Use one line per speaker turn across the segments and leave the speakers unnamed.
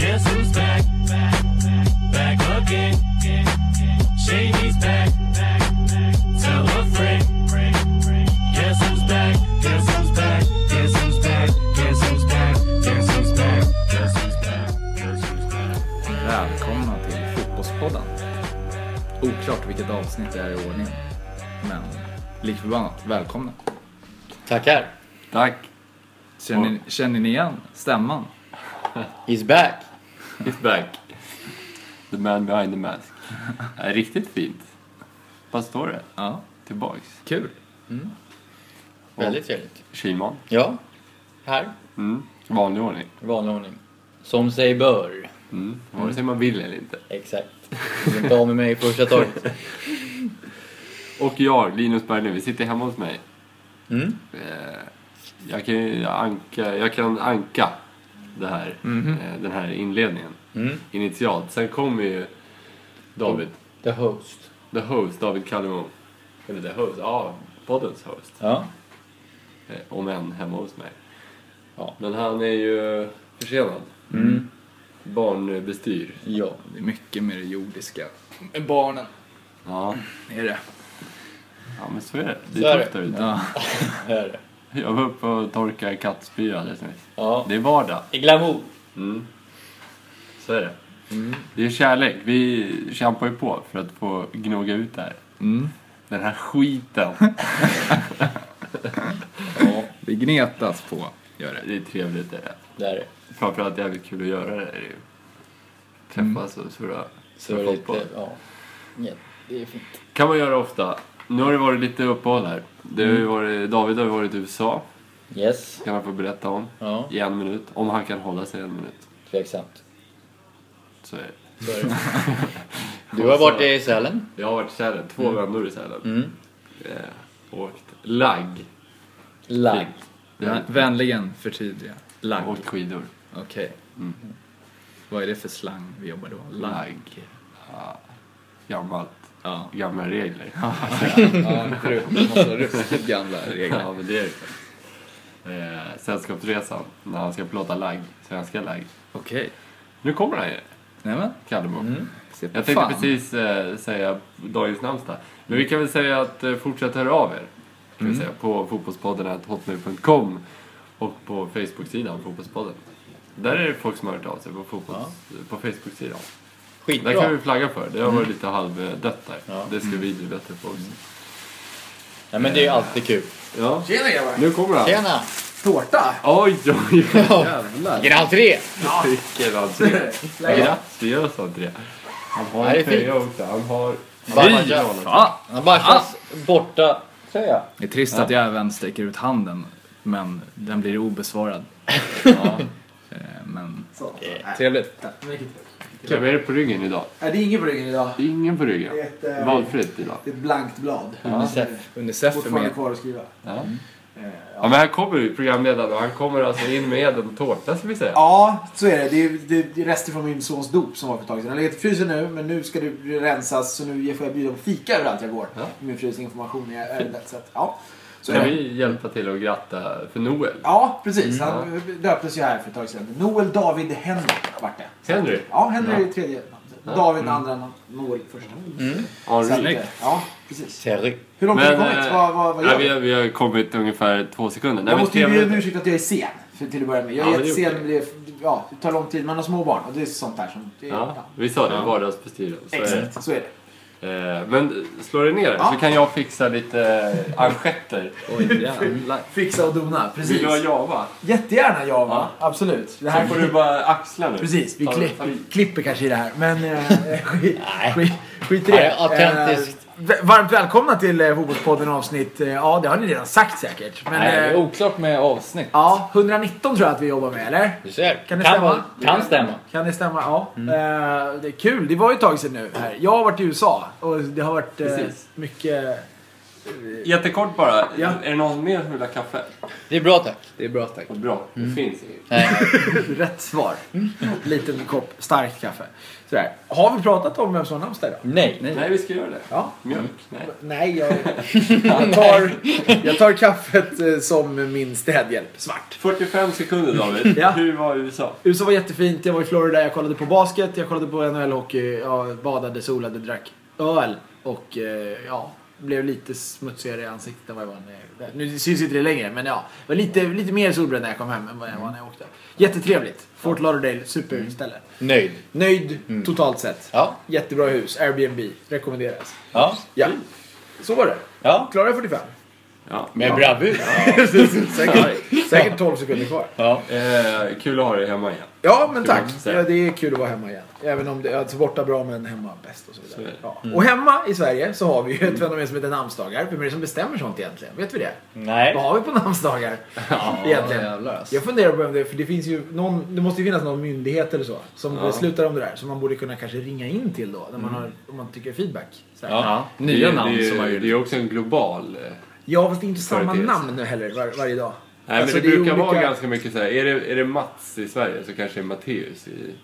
Guess who's back? Back again. Shady's back. Tell a friend. Guess who's back? Guess who's back? Guess who's back? Guess who's back? Guess who's back? Guess who's back? Guess who's back?
Välkomna till Fotbollspodden. Oklart vilket avsnitt det är i ordningen. Men likförbannat, välkomna.
Tackar.
Tack. Känner, ni- känner ni igen stämman?
He's back.
He's back. The man behind the mask. Ja, Riktigt fint. Vad står det?
Ja,
Tillbaks.
kul.
Mm. Väldigt trevligt.
Kilman.
Ja, här.
Mm. Vanlig ordning.
i Vanlig ordning. Som sig bör.
Mm. Vare sig man vill eller inte.
Exakt. Du inte av med mig i första taget.
Och jag, Linus Berglund, vi sitter hemma hos mig.
Mm.
Eh, Jag kan, ju anka, jag kan anka det här, eh, den här inledningen
Mhm. Mm. Oh.
initialt. Sen kommer ju David,
The host.
the host, David Kallimon. Eller the host, ja, poddens host.
Ja.
Eh, Om än hemma hos mig.
Ja.
Men han är ju försenad. Mm. Barnbestyr.
Ja.
Det är mycket med det jordiska. Med barnen
Ja.
är det.
ja, men så är det. Det
Så är
är
det.
tufft där ute.
Ja,
Här är det.
Jag var uppe och torkade kattspya alldeles nyss.
Ja.
Det är vardag.
I glamour.
Mm. Så är det.
Mm.
Det är kärlek. Vi kämpar ju på för att få gnoga ut det här.
Mm.
Den här skiten.
ja det gnetas på. Gör det.
Det är trevligt det där.
Det är det.
Framförallt jävligt kul att göra det. här ju.
Mm.
Träffas och surra.
Så
surra
är det
fotboll.
lite, ja. Ja, det är fint.
Kan man göra ofta. Nu har det varit lite uppehåll här. Det har ju varit, David har ju varit i USA.
Yes.
kan han få berätta om.
Ja.
I en minut. Om han kan hålla sig i en minut.
Tveksamt.
Så är det.
Så är det. Du har varit i Sälen.
Jag har varit i Sälen. Två vändor i Sälen. Eh, åkt lagg.
Lagg.
Vä- Vänligen förtydliga. Lagg.
Åkt skidor.
Okej. Vad är det för slang vi jobbar då?
Lagg. Ja, gammalt.
Ja.
Gamla regler.
Ja, massa ruskigt gamla regler.
ja, men det är det. Eh, Sällskapsresan, när han ska plåta lagg. Svenska lagg.
Okej.
Nu kommer han ju,
Nämen.
Kallemo.
Se på
Jag tänkte
fan.
precis eh, säga dagens namnsdag. Men vi kan väl säga att eh, fortsätt höra av er. Kan vi säga, på fotbollspodden.hotmail.com och på Facebook-sidan Fotbollspodden. Där är det folk som har hört av sig på, fotbolls, på Facebook-sidan. Där kan vi
Skitbra.
flagga för. Det har varit lite halvdött där.
Ja.
Det ska vi bli bättre på också.
Ja, men det är ju alltid kul.
Mm. Ja,
Tjena grabbar!
nu kommer han.
Tjena!
Tårta!
Oj, oj, oj.
Jävlar.
Vilken entré!
Vilken entré. Gratuleras entré. Han har
Nej,
en
det är
tröja också. Han har...
Fy
Fy fan.
Fan.
Abakas borta tröja.
Det är trist att jag även sträcker ut handen, men den blir obesvarad. Ja. Eh, Men
Så.
Eh, trevligt.
Mycket
Vem är det på ryggen idag?
Nej, Äh, det är ingen på ryggen idag.
Det är ingen på ryggen.
Det är ett, eh,
Valfritt idag.
Det är ett blankt blad.
Unicef.
Unicef är
Fortfarande
med.
kvar att skriva.
Ja.
Eh,
Ja, men här kommer ju programledaren och han kommer alltså in med en tårta ska vi säga.
Ja, så är det. Det är, det det är rester från min sons dop som var för ett tag sedan. Den har legat i frysen nu, men nu ska det rensas så nu får jag bjuda på fika överallt jag går.
Ja.
Min frus information i ärendet. Så att, ja. Så är
Kan
det.
vi Mm, hjälpa till och gratta för Noel?
Ja, precis. Han döptes ju här för ett tag sedan. Noel David Henry vart det.
Henry?
Ja, Henry är tredje namn. David
Mm.
andra namn. Noel första. Så att,
Henry?
eh, ja, precis.
Terry.
Hur långt har vi
Mm. Men, eh,
kommit? Vad, vad, vad gör
nej, vi, har, vi har kommit ungefär två sekunder. Nej,
Jag
men
måste ju
tre
be om
minuter.
ursäkt att jag är sen. För till att börja med. Jag
Ja,
är
men det är
jättesen.
okej.
men Det, ja, det tar lång tid. Man har små barn och det är sånt där som... Det, ja.
Ja, vi sa det, vardagsbestyren. Så är det.
Exakt, så är det.
Eh, Men slå dig ner
Ja.
så kan jag fixa lite manschetter.
Oj, jävlar.
Fixa och dona,
Vill
precis.
du ha Java?
Jättegärna Java, absolut. Det
Här
här
får du bara axla nu.
Precis, vi
Ta-
kli,
ta-
klipper kanske i det här. Men eh, skit,
Nej.
skit, skit i
Nej,
det.
autentiskt.
Eh, V- Varmt välkomna till eh, Fotbollspodden avsnitt, eh, ja det har ni redan sagt säkert. Men,
Nej, det är
eh,
oklart med avsnitt.
ja, 119 tror jag att vi jobbar med eller?
Du ser.
Kan det stämma?
vara- kan stämma.
Kan det stämma? Ja. Eh, det är kul, det var ju ett tag sedan nu. Här. Jag har varit i USA och det har varit eh,
Precis.
mycket...
Jättekort bara.
Ja.
Är det någon mer som vill ha kaffe?
Det är bra tack.
Det är bra tack.
Vad bra. Det
Mm.
finns inget.
Nej.
Rätt svar. Liten kopp starkt kaffe. Sådär. Har vi pratat om vem som har namnsdag idag?
Nej.
Nej, vi ska göra det.
Ja.
Mjölk? Nej.
Nej, jag, jag, tar, jag tar kaffet eh, som min städhjälp. Svart.
45 sekunder David.
Ja.
Hur var USA?
USA var jättefint. Jag var i Florida, jag kollade på basket, jag kollade på NHL-hockey, jag badade, solade, drack öl och eh, ja, blev lite smutsigare i ansiktet än vad jag var när jag Nu syns inte det längre, men ja. Jag var lite, lite mer solbränd när jag kom hem än vad jag var när jag åkte. Jättetrevligt. Fort Lauderdale, superställe.
Nöjd.
Nöjd totalt sett.
Ja.
Jättebra hus, Airbnb, rekommenderas.
Ja.
Ja, så var det.
Ja.
Klara 45.
Ja.
Med bravur.
säkert, säkert 12 sekunder kvar.
Ja.
Eh, kul att ha dig hemma igen.
Ja, men tack.
måste säga.
Ja, det är kul att vara hemma igen. Även om det är alltså borta bra, men hemma bäst och så
Så är
vidare.
det. Mm.
Ja. Och hemma i Sverige så har vi ju ett fenomen som heter namnsdagar. Vem är det som bestämmer sånt egentligen? Vet vi det?
Mm.
Nej.
Vad har vi på namnsdagar egentligen?
jävlar, alltså.
Jag funderar på vem det är, för det finns ju någon, det måste ju finnas någon myndighet eller så som beslutar om det där. Som man borde kunna kanske ringa in till då, när
Mm.
man har, om man tycker feedback. Så här.
Ja.
Nya
det,
namn
det,
som har
Det
ju...
är också en global... eh,
ja, fast det är inte samma
Företeelse.
namn nu heller var, varje dag.
Nej,
Alltså,
men det,
är
brukar
olika-
vara ganska mycket så här. Är det, är det Mats i Sverige så kanske det är Matteus i...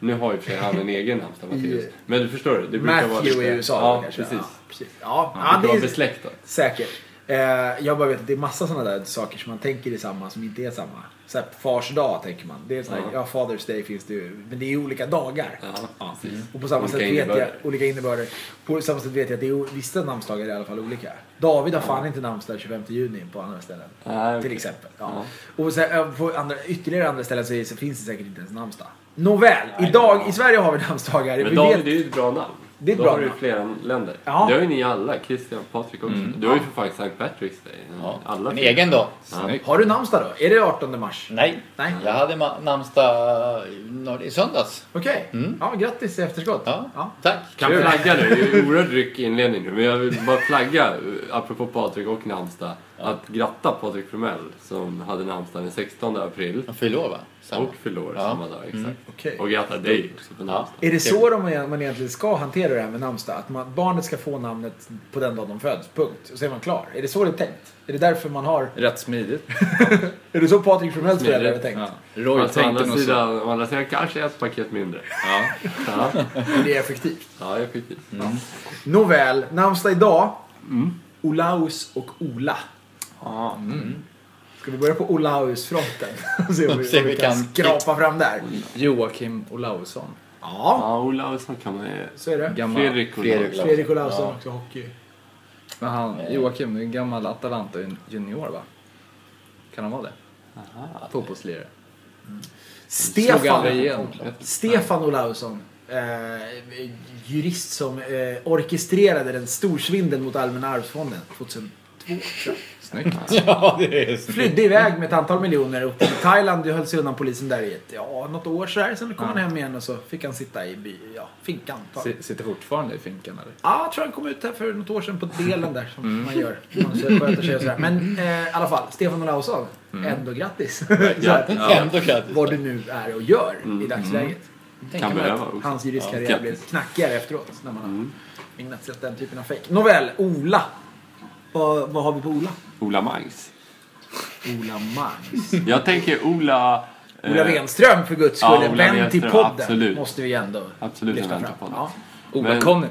Nu har ju för sig han en egen namnsdag, Matteus. Men du förstår, det brukar vara
Matthew
lite...
i USA
ja,
kanske.
Precis.
Ja, precis. Ja,
Ja,
ja,
det är
det är,
besläktat.
Säkert. Eh, jag bara vet att det är massa sådana där saker som man tänker är samma som inte är samma. Så här, fars dag tänker man. Det är sån här, ja. Father's Day finns det ju. Men det är ju olika dagar.
Ja, precis.
Och på samma
Olika
sätt vet
innebörder.
jag, olika innebörder. På samma sätt vet jag att det är, vissa namnsdagar är i alla fall olika. David har fan inte namnsdag 25 juni på andra ställen.
Nej,
Till
okej.
exempel. Ja. Och sen, eh, på andra, ytterligare andra ställen så, är, så finns det säkert inte ens namnsdag. Nåväl, idag i Sverige har vi namnsdagar.
Men
Vi
David
vet-
det är ju ett bra namn.
Det är ett
Då
bra
har du
namn.
flera länder.
Ja. Mm.
Det har ju ni alla. Christian, Patrik också. Du har ju för fan St. Patrick's Day. Alla
En
fyra.
egen då?
Ja.
Har du namnsdag då? Är det 18 mars?
Nej.
Nej.
Jag hade ma- namnsdag i- i söndags.
Okej. Ja, grattis i efterskott.
Ja. Tack.
Kan flagga nu. Det är oerhört ryck i inledningen nu. Men jag vill bara flagga, eh, apropå Patrik och namnsdag, att gratta Patrik Fromell som hade namnsdag den 16 april.
Han fyller år va? Samma.
Och fyllde år
Ja.
samma dag, exakt.
Okej.
Och gratta dig också på namnsdag.
Är det så de, man egentligen ska hantera det här med namnsdag? Att man, barnet ska få namnet på den dag de föds, punkt. Och så är man klar. Är det så det är tänkt? Är det därför man har...
Rätt smidigt.
Är det så Patrik Formells föräldrar har tänkt?
Ja. Roy
Alltså, å,
tänkte nog
andra
så.
sidan, å andra sidan kanske ett paket mindre.
Ja.
Ja,
Det är effektivt.
ja effektivt.
Nåväl, namnsdag idag. Olaus och Ola. Mm. Ska vi börja på Olaus-fronten? Se om vi,
Se
om vi kan skrapa fram där.
Joakim Olausson.
Ja,
Ja, Olausson kan man ju...
så är det.
Gammal,
Fredrik
Fredrik
Olausson.
Olausson.
Fredrik Olausson, också hockey.
Men han, Joakim, är en gammal Atalanta junior va? Kan han vara det? Fotbollslirare. Slog aldrig
Stefan
igenom.
Stefan Olausson, eh, jurist som eh, orkestrerade den storsvindeln mot Allmänna arvsfonden 2002.
Snyggt.
Ja, det är så.
Flydde iväg med ett antal miljoner upp till Thailand. Det höll sig undan polisen där i ett, ja, något år sådär. Sen kom han hem igen och så fick han sitta i by, ja, finkan. Ja,
S- Sitter fortfarande i finkan eller?
ah, jag tror han kom ut här för något år sedan på delen där som man gör. Man sköter sig och sådär. Men eh, i alla fall, Stefan Olausson, ändå grattis. Så här,
Ändå grattis.
Vad du nu är och gör i dagsläget.
Kan behöva också.
Hans juristkarriär
Ja. Mm.
blev knackigare efteråt när man har ägnat sig åt den typen av fake. Nåväl, Ola. Vad, vad har vi på Ola?
Ola Mangs.
Ola Mangs.
Jag tänker Ola...
Ola
eh,
Wenström för guds skull.
ja,
en
Ola
vän till
Wenström,
podden
absolut.
måste vi ändå
Absolut en
lyfta
vän
fram.
till podden.
Ja.
Ola
Men-
Conny.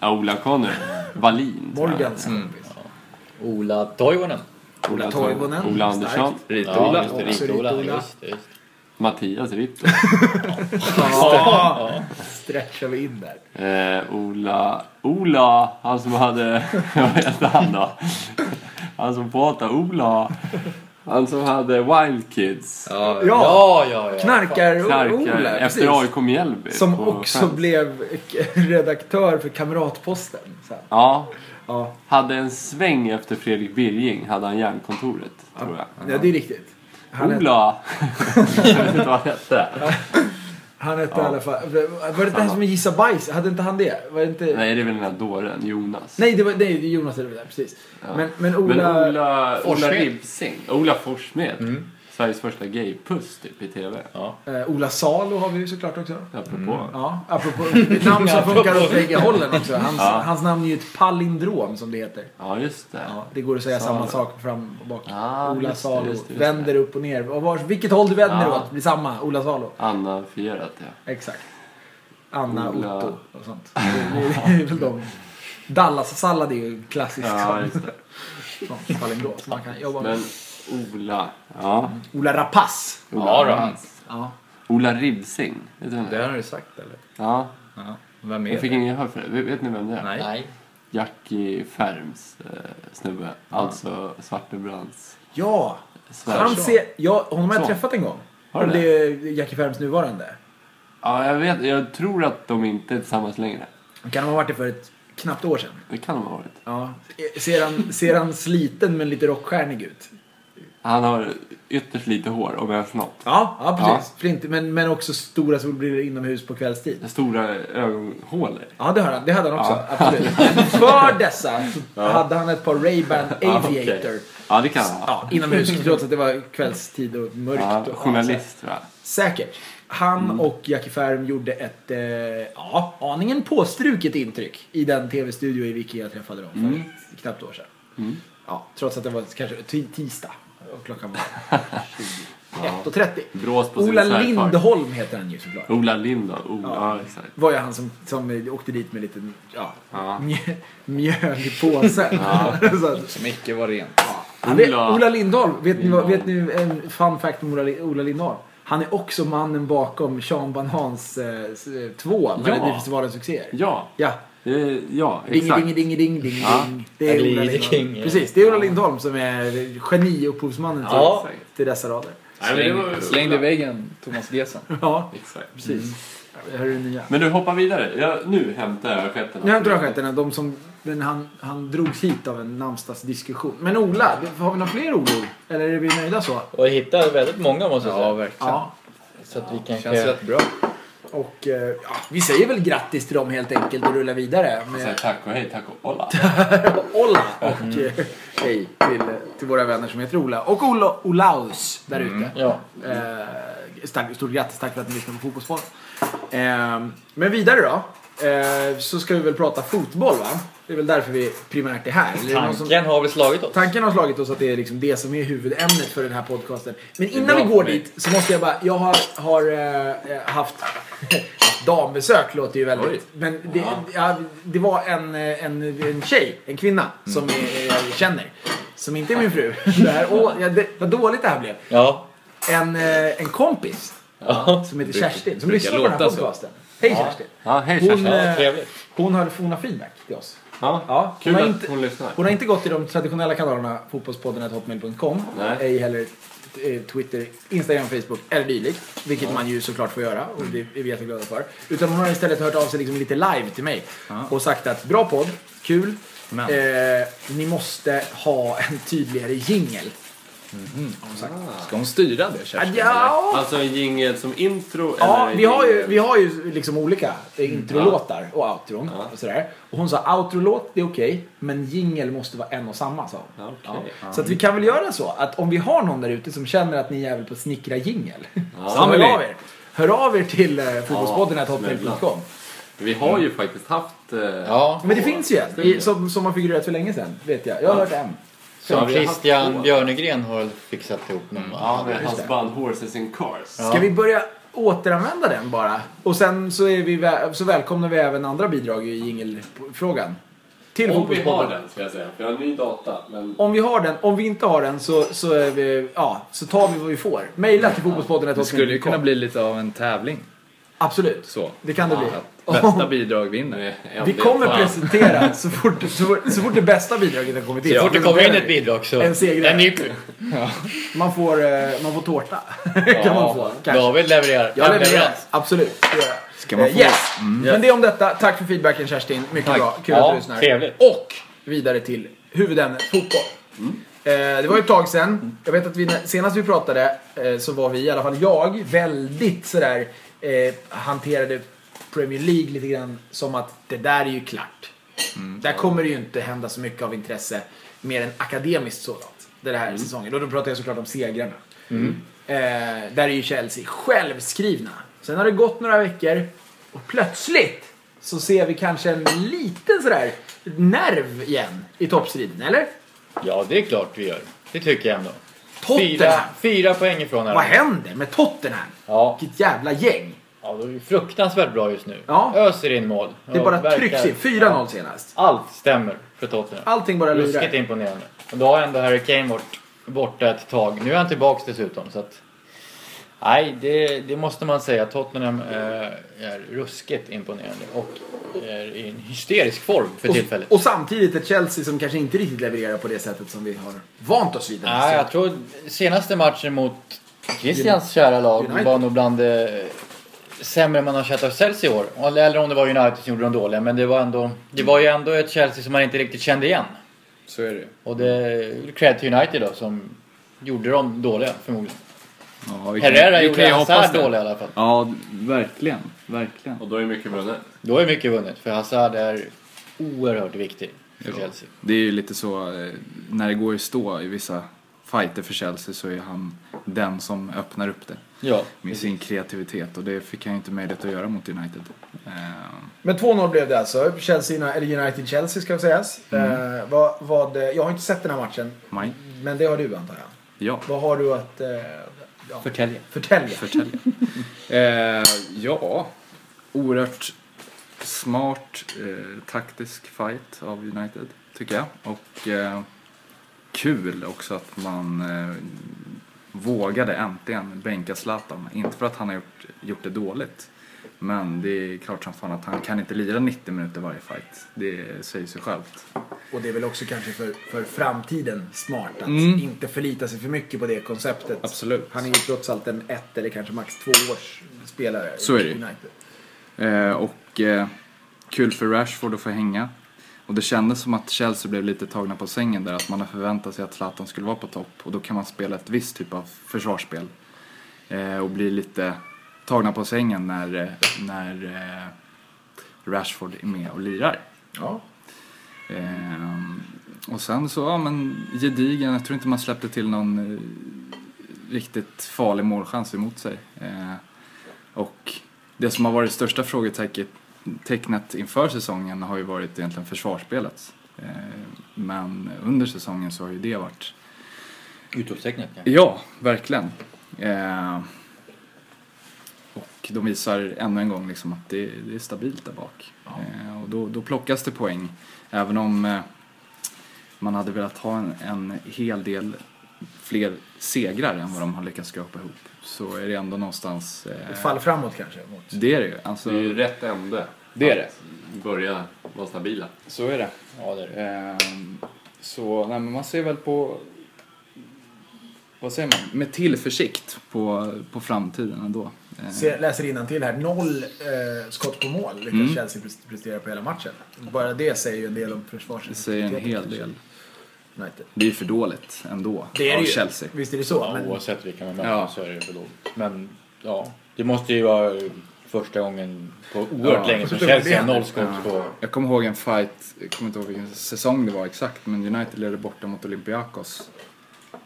Ja, Ola Conny. Wallin. tror jag.
Morgans kompis.
Ola Toivonen.
Mm. Ola
Tor-
Toivonen.
Ola Andersson.
Starkt.
Ja,
Rit-Ola.
just det.
Också
Rit-Ola.
Rit-Ola.
Just det, just det.
Mattias Ritt.
Ja. Stretchar vi in där.
Eh, Ola... Ola, han som hade... Vad hette han då? Han som pratade Ola. Han som hade Wild Kids.
Ja,
Ja,
Ja, ja, ja.
knarkar-Ola.
Knarkar
precis.
efter AIK Mjällby.
Som
på
också
skämt.
blev redaktör för Kamratposten. Så här.
Ja.
Ja.
Hade en sväng efter Fredrik Birging, hade han järnkontoret. Tror jag.
Ja, det är riktigt. Han är-
Ola! jag vet inte vad han hette.
Han hette
Ja.
i alla fall... Var det inte han som gissa bajs? Hade inte han det? Var det inte...
Nej, det är väl den där dåren, Jonas.
Nej, det var nej, Jonas eller det där, precis. Men, men Ola...
Men Ola, Ola
Forssmed.
Ribsing. Ola Forssmed. Sveriges första gaypuss typ i TV.
eh, Ola Salo har vi ju såklart också.
Apropå.
Ja, apropå ett namn som funkar åt bägge hållen också. Hans, hans namn är ju ett palindrom som det heter.
Ja, just det.
Ja, det går att säga
Salo.
samma sak fram och bak.
Ah,
Ola
just det,
Salo.
just det, just det.
vänder upp och ner. Och Vars, vilket håll du vänder
Ja.
åt blir samma. Ola Salo.
Anna Fierat, ja.
Exakt. Anna,
Ola.
Otto och sånt. Det är- det är väl de. Dallas-sallad är ju klassiskt
Ja, just det.
sånt palindrom som man kan jobba med.
Men Ola. Ja.
Ola Rapace.
Ja, då.
Ja.
Ola Ribsing. Vet du vem det
Det
är?
har du sagt eller?
Ja.
Ja. Vem är
Jag fick
det?
ingen gehör för det. Vet- Vet ni vem det är?
Nej.
Nej.
Jackie Färms eh, snubbe. Alltså Svartebrands
ja. Han
svärson.
ser, ja, honom har jag
Så.
träffat en gång.
Har du
det? är Jackie Färms nuvarande.
Ja, jag vet. Jag tror att de inte är tillsammans längre.
Kan ha varit det för ett knappt år sedan.
Det kan de ha varit.
Ja. Ser, han, ser han sliten men lite rockstjärnig ut?
Han har ytterst lite hår, om ens något.
Ja, ja precis. Flint, men, men också stora solbrillor inomhus på kvällstid.
Stora ögonhålor.
Ja, det, har han, det hade han också. Absolut. Men för dessa så hade han ett par Ray-Ban
Ja,
Aviator.
okej. Ja, det kan han ha.
Ja, inomhus trots att det var kvällstid och mörkt.
Ja,
och,
journalist, tror jag.
Säkert. Han
Mm.
och Jackie Färm gjorde ett, eh, ja, aningen påstruket intryck i den tv-studio i vilken jag träffade dem för
Mm.
ett knappt år sedan. Ja, trots att det var kanske ti- tisdag och klockan var 21.30.
Brås på sin
Ola
särfart.
Lindholm heter han ju såklart.
Ola Lindholm. Ola, ja. exakt.
Var ju han som, som åkte dit med lite ja, mjö- mjöl i påsen. Så att-
Som icke var rent.
han är,
Ola-
Ola Lindholm. Vet ni, vad, vet ni en fun fact om Ola, Ola Lindholm? Han är också mannen bakom Sean Banans eh, s- eh, två
Ja.
Melodifestivalens succéer.
Ja,
Ja.
eh, ja
Ding,
exakt.
ding, ding, ding, ding, ding. Det är
Ja,
Ola
Lady
Lindholm.
King, ja.
Precis, det är Ola Lindholm som är geniupphovsmannen till,
Ja.
till dessa rader.
Nej, men det var-
Släng, släng dig i väggen, Thomas Gesen.
Ja,
Exakt.
precis. Här är det nya.
Men du, hoppar vidare. Ja, nu hämtar jag sketten.
Nu har jag inte rökat den, de som, men han, han drogs hit av en namnsdagsdiskussion. Men Ola, har vi några fler Olor? Eller är vi nöjda så?
Och jag hittade väldigt många måste jag
Ja,
säga.
verkligen.
Ja.
Så att vi kanske...
Känns rätt bra.
Och eh, ja, vi säger väl grattis till dem helt enkelt och rullar vidare.
Så här,
Med
tack och hej, tack och olla.
Ola och eh, hej till, till våra vänner som heter Ola. Och Ola, Olaus där ute.
Ja.
Eh, stark, stort grattis, tack för att ni lyssnar på Fotbollspodden. Eh, men vidare då. Eh, så ska vi väl prata fotboll va? Det är väl därför vi primärt är här. Eller är det någon som-
Tanken har väl slagit oss.
Tanken har slagit oss att det är liksom det som är huvudämnet för den här podcasten. Men innan
bra
vi går
för mig.
dit så måste jag bara, jag har, har eh, haft dambesök låter ju väldigt. Men det, ja, det var en, eh, en, en tjej, en kvinna som jag, jag känner. Som inte är min fru. Det här, åh, ja, det, vad dåligt det här blev.
Ja.
En, eh, en kompis
Ja.
som heter Kerstin som lyssnar på den här
låta så.
podcasten. Hej Kerstin!
Ja, hej
Hon,
Kerstin.
eh,
trevligt.
hon har, hon har feedback till oss.
Ja,
Ja,
kul
hon har
att
inte-
hon lyssnar.
Hon har inte gått till de traditionella kanalerna fotbollspodden.hotmail.com.
Nej.
Ej heller eh, Twitter, Instagram, Facebook eller dylikt. Vilket man ju såklart får göra och det är vi jätteglada för. Utan hon har istället hört av sig liksom lite live till mig. Och sagt att bra podd, kul.
Men.
Eh, ni måste ha en tydligare jingel.
Ska hon styra det Kerstin?
Ja,
Alltså en jingel som intro
Ja,
eller en
vi har, ju,
jingel-
vi har ju liksom olika eh, introlåtar och outron och sådär. Och hon sa outrolåt, det är okej, men jingel måste vara en och samma sa hon.
Ja, okej.
Så att vi kan väl göra så att om vi har någon där ute som känner att ni är jävel på att snickra jingel. Så
Samla
hör
er.
av er. Hör av er till eh, fotbollspodden här, hotmail.com.
Vi har ju faktiskt haft... Eh,
Ja.
Men det finns ju en i, som, som har figurerat för länge sedan, vet jag. Jag har hört en.
Som
vi har haft
Christian
två.
Björnegren har fixat ihop någon.
ja, med hans band Horses and Cars.
Ska vi börja återanvända den bara? Och sen så, är vi, vä- så välkomnar vi även andra bidrag i jingelfrågan. Till
Om vi har
Fotbollspodden.
den, ska jag säga. För jag har ny data, men...
Om vi har den, om vi inte har den så, så, är vi, ja, så tar vi vad vi får. Mejla till fotbollspodden
Det skulle ju kunna bli lite av en tävling.
Absolut.
Så.
Det kan det bli.
Att bästa bidrag vinner.
Eh,
Vi
det-
kommer
fan.
presentera så fort, så, fort- så fort det bästa bidraget har kommit in.
Så fort det kommer in ett bidrag så...
En segrare.
En ny...
Man får, eh, man får tårta. kan man få. Kanske.
David levererar.
Jag
En
levererar.
leverans.
Absolut. det gör jag.
Ska man
Eh,
få- Mm.
Yes. Men det är om detta. Tack för feedbacken Kerstin. Mycket bra. Kul att
Ja,
du lyssnar.
trevligt.
Och vidare till huvudämnet fotboll.
Mm.
Eh, det var ju ett tag sedan. Jag vet att vi, senast vi pratade eh, så var vi, i alla fall jag, väldigt sådär eh, hanterade Premier League lite grann som att det där är ju klart.
Mm.
Där kommer det ju inte hända så mycket av intresse mer än akademiskt sådant. Den här
Mm.
säsongen. Och då pratar jag såklart om segrarna. Eh, där är ju Chelsea självskrivna. Sen har det gått några veckor och plötsligt så ser vi kanske en liten sådär nerv igen i toppstriden, eller?
Ja, det är klart vi gör. Det tycker jag ändå. Fyra,
Tottenham!
fyra poäng ifrån
Vad
här.
händer med Tottenham?
Ja,
Vilket jävla gäng!
ja, de är ju fruktansvärt bra just nu.
Ja.
Öser in mål.
Det är
Ja,
bara
verkar-
trycks in. 4-0 senast.
Allt stämmer för Tottenham.
Allting bara
Ruskigt
lurar.
imponerande. Och då har ändå Harry Kane varit borta ett tag. Nu är han tillbaks dessutom. Så att, nej, det, det måste man säga. Tottenham eh, är ruskigt imponerande och är i en hysterisk form för tillfället.
Och, och samtidigt ett Chelsea som kanske inte riktigt levererar på det sättet som vi har vant oss vid. den här
nej, jag
säsongen.
tror senaste matchen mot Christians kära lag
United.
var nog bland det sämre man har sett av Chelsea i år. Eller om det var United som gjorde de dåliga. Men det var, ändå, det var ju ändå ett Chelsea som man inte riktigt kände igen.
Så är det ju.
Och det cred till United då som gjorde dem dåliga förmodligen.
Ja, vi
Herrera
vi
gjorde
ju hoppas
Hazard
det.
dålig i alla fall.
Ja, verkligen. Verkligen.
Och då är mycket vunnet.
Då är mycket vunnet för Hazard är oerhört viktig för Chelsea.
Det är ju lite så, eh, när det går i stå i vissa fighter för Chelsea så är han den som öppnar upp det
Ja.
med sin kreativitet och det fick han ju inte möjlighet att göra mot United. Eh,
Men 2-0 blev det alltså. Chelsea, eller United-Chelsea ska sägas.
Mm.
Eh, vad, vad, jag har inte sett den här matchen.
Nej.
Men det har du antar jag.
Ja.
Vad har du att eh, ja,
Förtälje.
förtälja?
förtälja. eh, ja, oerhört smart eh, taktisk fight av United tycker jag. Och eh, kul också att man eh, vågade äntligen bänka Zlatan. Inte för att han har gjort, gjort det dåligt. Men det är klart som fan att han kan inte lira 90 minuter varje fight. Det säger sig självt.
Och det är väl också kanske för, för framtiden smart att inte förlita sig för mycket på det konceptet.
Mm. Absolut.
Han är ju trots allt en ett eller kanske max två års spelare
Så
i
är det ju.
United.
Eh, och eh, kul för Rashford att få hänga. Och det kändes som att Chelsea blev lite tagna på sängen där, att man har förväntat sig att Zlatan skulle vara på topp och då kan man spela ett visst typ av försvarsspel. Eh, och bli lite tagna på sängen när, eh, när eh, Rashford är med och lirar.
Ja.
Ehm, och sen så, ja men gedigen, jag tror inte man släppte till någon eh, riktigt farlig målchans emot sig. Eh, och det som har varit största frågetecknet inför säsongen har ju varit egentligen försvarsspelet. Eh, men under säsongen så har ju det varit
Utropstecknet kanske.
Ja, verkligen. Eh, och de visar ännu en gång liksom att det, det är stabilt där bak. Eh, och då, då plockas det poäng. Även om eh, man hade velat ha en, en hel del fler segrar än vad de har lyckats skrapa ihop. Så är det ändå någonstans... Eh,
Ett fall framåt kanske. Mot.
det är det ju. Alltså,
Det är ju rätt ände.
Det är det.
Att Börja vara stabila.
Så är det.
Ja, det är det.
Ehm, så nej, men man ser väl på... Vad säger man? Med tillförsikt på, på framtiden ändå. Ehm,
Se, läser till här. Noll eh, skott på mål lyckas
Mm.
Chelsea prest- prestera på hela matchen. Bara det säger ju en del om
det säger en hel
försvarseffektiviteten.
del.
United.
Det är ju för dåligt ändå
Det är
av
det ju.
Chelsea.
Visst är det så.
Ja,
men
oavsett vilka man möter
Ja.
så är det för dåligt. Men ja, det måste ju vara första gången på oerhört
Ja.
länge som Chelsea har
händer.
noll skott på...
Jag kommer ihåg en fight, jag kommer inte ihåg vilken säsong det var exakt, men United ledde borta mot Olympiakos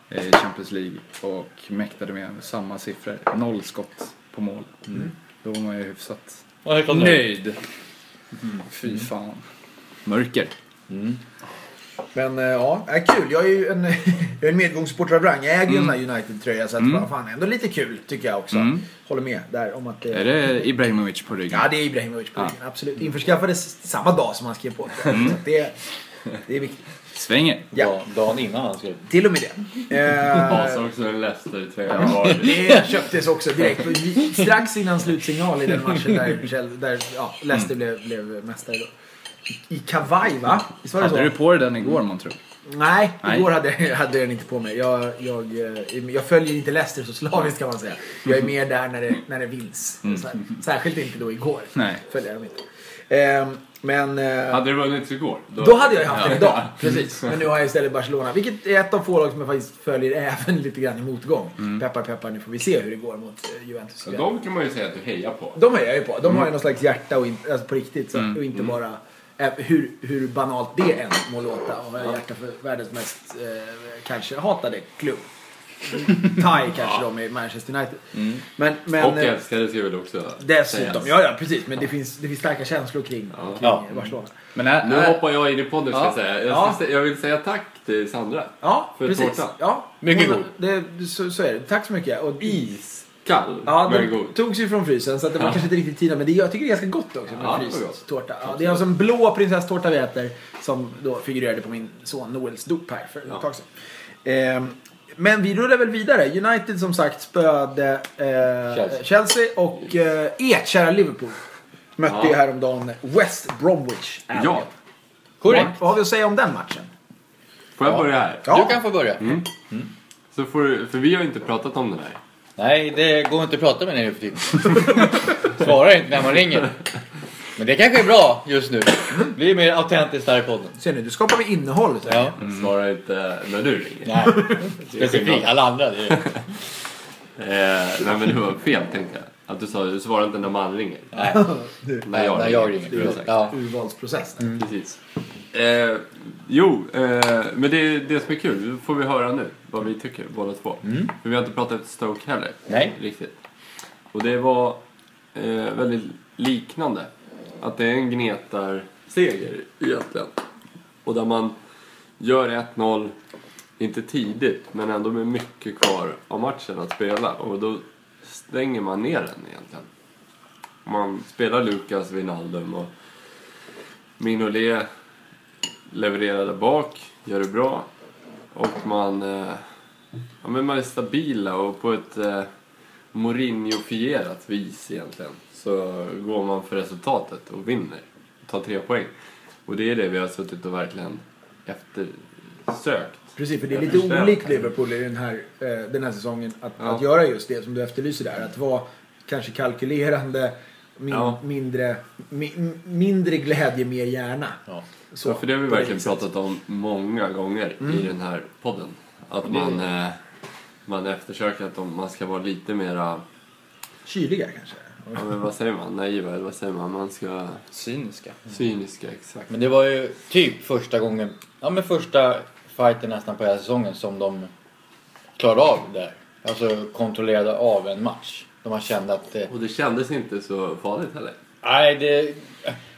eh, i Champions League och mäktade med samma siffror. Noll skott på mål.
Mm.
Mm. Då var man ju hyfsat
Ja, helt klart.
nöjd. Mm. Fy
Mm.
fan. Mörker.
Men eh, ja, är kul. Jag är ju en, jag är en medgångssupporter av rang. Jag äger ju en sån här United-tröja så att bara, fan, ändå lite kul tycker jag också. Håller med där om att
Är
det...
det Ibrahimovic på ryggen?
Ja, det är Ibrahimovic på ryggen. Absolut. Införskaffades samma dag som han skrev på. Så att det, det är viktigt.
Svänger.
Ja.
Ja, dagen innan han skulle...
Till och med det. Eh,
Hasar också en Leicester-tröja var.
det köptes också direkt. Och vi- Strax innan slutsignal i den matchen där, Chel- där ja, Leicester blev, blev mästare. Då. I kavaj va? Visst var det så?
Hade du på dig den igår månntro?
Nej,
Nej.
igår hade, jag- hade jag den inte på mig. Jag, jag, eh, jag följer inte Leicester så slaviskt kan man säga. Jag är mer där när det, när det vinns. Så här, Särskilt inte då igår.
Nej.
Följer jag dem inte. Ehm, men eh,
Hade det vunnits igår?
då hade jag ju haft den
Ja.
idag. Precis. Men nu har jag istället Barcelona. Vilket är ett av få lag som jag faktiskt följer även lite grann i motgång. Peppar peppar, nu får vi se hur det går mot eh, Juventus.
Så de kan man ju säga att du hejar på.
De är jag ju på. De
Mm.
har ju någon slags hjärta och in, alltså på riktigt. Så, Och inte bara eh, hur, hur banalt det än må låta. Och har hjärta för världens mest eh, kanske hatade klubb. Thai kanske de är i Manchester United.
Mm.
Men, men,
Och
eh,
älskade ska väl också
dessutom.
sägas.
Ja, ja precis. Men det finns, det finns starka känslor kring, kring
Ja.
Barcelona.
Men är,
Nu
är,
hoppar jag in i podden ska
Eh,
jag
Ja.
säga. Jag,
Ja.
ska, sä- jag vill säga tack till Sandra.
Ja,
För
precis.
tårtan.
Ja.
Mycket
Hon-
god.
Det, så, så är det. Tack så mycket. Och,
Iskall,
Ja,
men
den
god.
togs ju från frysen så att det var kanske inte riktigt tiden. Men det, jag tycker det är ganska gott också med
Ja, det var gott.
fryst tårta. Ja, det är alltså en blå prinsesstårta vi äter som då figurerade på min son Noels dop här för ett tag sedan. Ehm, men vi rullar väl vidare. United som sagt spöade eh,
Chelsea.
Chelsea. och eh, ert kära Liverpool. Mötte ju häromdagen West Bromwich.
Ja,
Korrekt.
Vad har vi att säga om den matchen?
får jag börja här?
Ja.
Du kan få börja.
Så får, du- för vi har ju inte pratat om den här.
Nej, det går inte att prata med dig nu för tiden. Svarar inte när man ringer. Men det kanske är bra just nu. Blir mer autentiskt här i podden.
Se nu, du skapar vi innehåll. Så.
Ja.
Mm. Svarar inte när du ringer.
Nej, specifikt. Alla andra. Det är...
Eh, nej men det var fel tänkte jag. Att du sa du svarar inte när man ringer.
Nej,
När jag
när
ringer.
jag ringer. Förlåt.
Exakt.
Ja.
Urvalsprocess.
Precis. Eh, jo, eh, men det är det som är kul. får vi höra nu vad vi tycker båda två. För vi har inte pratat efter Stoke heller.
Nej.
Riktigt. Och det var eh, väldigt liknande. Att det är en gnetarseger egentligen. Och där man gör 1-0, inte tidigt, men ändå med mycket kvar av matchen att spela. Och då stänger man ner den egentligen. Man spelar Lukas, Wijnaldum och Minolet levererade bak, gör det bra. Och man, eh, ja, men man är stabila och på ett eh, Mourinho-fierat vis egentligen så går man för resultatet och vinner. Tar tre poäng. Och det är det vi har suttit och verkligen eftersökt.
Precis, för det är
Jag
lite
förstår.
olikt Liverpool i den här, eh, den här säsongen att,
Ja.
att göra just det som du efterlyser där. Att vara kanske kalkylerande, min,
Ja.
mindre, mi, m- mindre glädje, mer hjärna.
Ja.
Så,
ja, för det har vi
på
verkligen
viset.
pratat om många gånger i den här podden. Att man, eh, man eftersöker att de, man ska vara lite mera,
Kyligare kanske.
ja, men vad säger man, naiva eller vad säger man? Man ska
Cyniska.
Cyniska, exakt.
Men det var ju typ första gången, ja men första fighten nästan på hela säsongen som de klarade av där. Alltså kontrollerade av en match. De har känt att eh,
Och det kändes inte så farligt heller.
Nej, det...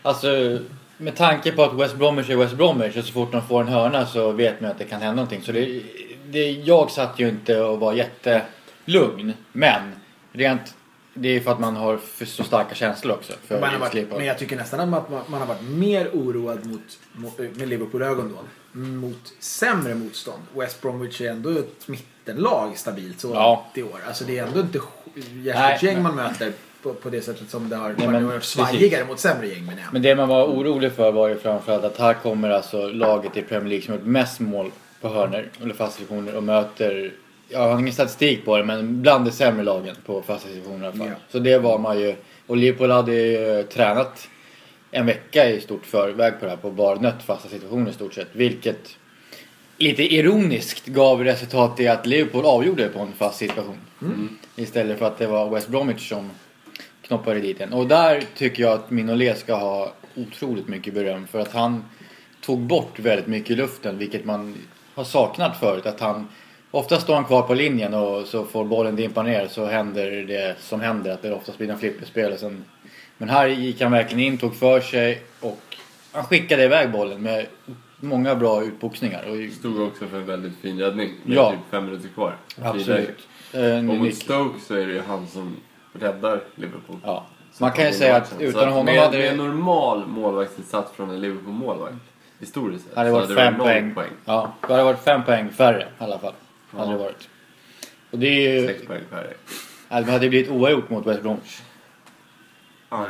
Alltså, med tanke på att West Bromwich är West Bromwich och så fort de får en hörna så vet man att det kan hända någonting. Så det, det, jag satt ju inte och var jättelugn. Men rent... Det är för att man har för, så starka känslor också. För
Man har varit,
slipper-
men jag tycker nästan att man, man har varit mer oroad mot, mot, eh, med Liverpool-ögon då, mot sämre motstånd. West Bromwich är ändå ett mittenlag stabilt så
Ja.
i år. Alltså det är ändå inte sj-
Nej,
hjärtligt
men-
gäng man möter på, på det sättet som det har
men
varit. Det har varit
precis.
svajigare mot sämre gäng menar jag.
Men det man var orolig för var ju framförallt att här kommer alltså laget i Premier League som gjort mest mål på hörner eller fasta situationer och möter, jag har ingen statistik på det, men bland de sämre lagen på fasta situationer i alla fall.
Ja.
Så det var man ju, och Liverpool hade ju eh, tränat en vecka i stort förväg på det här på bara nött fasta situationer i stort sett. Vilket lite ironiskt gav resultat i att Liverpool avgjorde på en fast situation. Istället för att det var West Bromwich som knoppade dit den. Och där tycker jag att Minolet ska ha otroligt mycket beröm för att han tog bort väldigt mycket i luften vilket man har saknat förut. Att han, ofta står han kvar på linjen och så får bollen dimpa ner så händer det som händer. Att det oftast blir en flipperspel och sen... Men här gick han verkligen in, tog för sig och han skickade iväg bollen med många bra utboxningar. Och
Stod också för en väldigt fin räddning. Det är
Ja.
typ fem minuter kvar.
Absolut. Mm.
Och
En
mot
unik-
Stoke så är det ju han som räddar Liverpool.
Ja.
Så
Man kan ju
han
säga
vinner
att
matchen. Så
utan honom
med,
hade
Med en
det,
normal målvaktsinsats från en Liverpool-målvakt, historiskt sett,
hade det
så
varit fem
noll
poäng. Ja, det hade varit fem poäng färre i alla fall. Hade
Ja.
det varit. Och det är ju...
Sex poäng färre.
Ja, Det hade blivit oavgjort mot West Bromwich.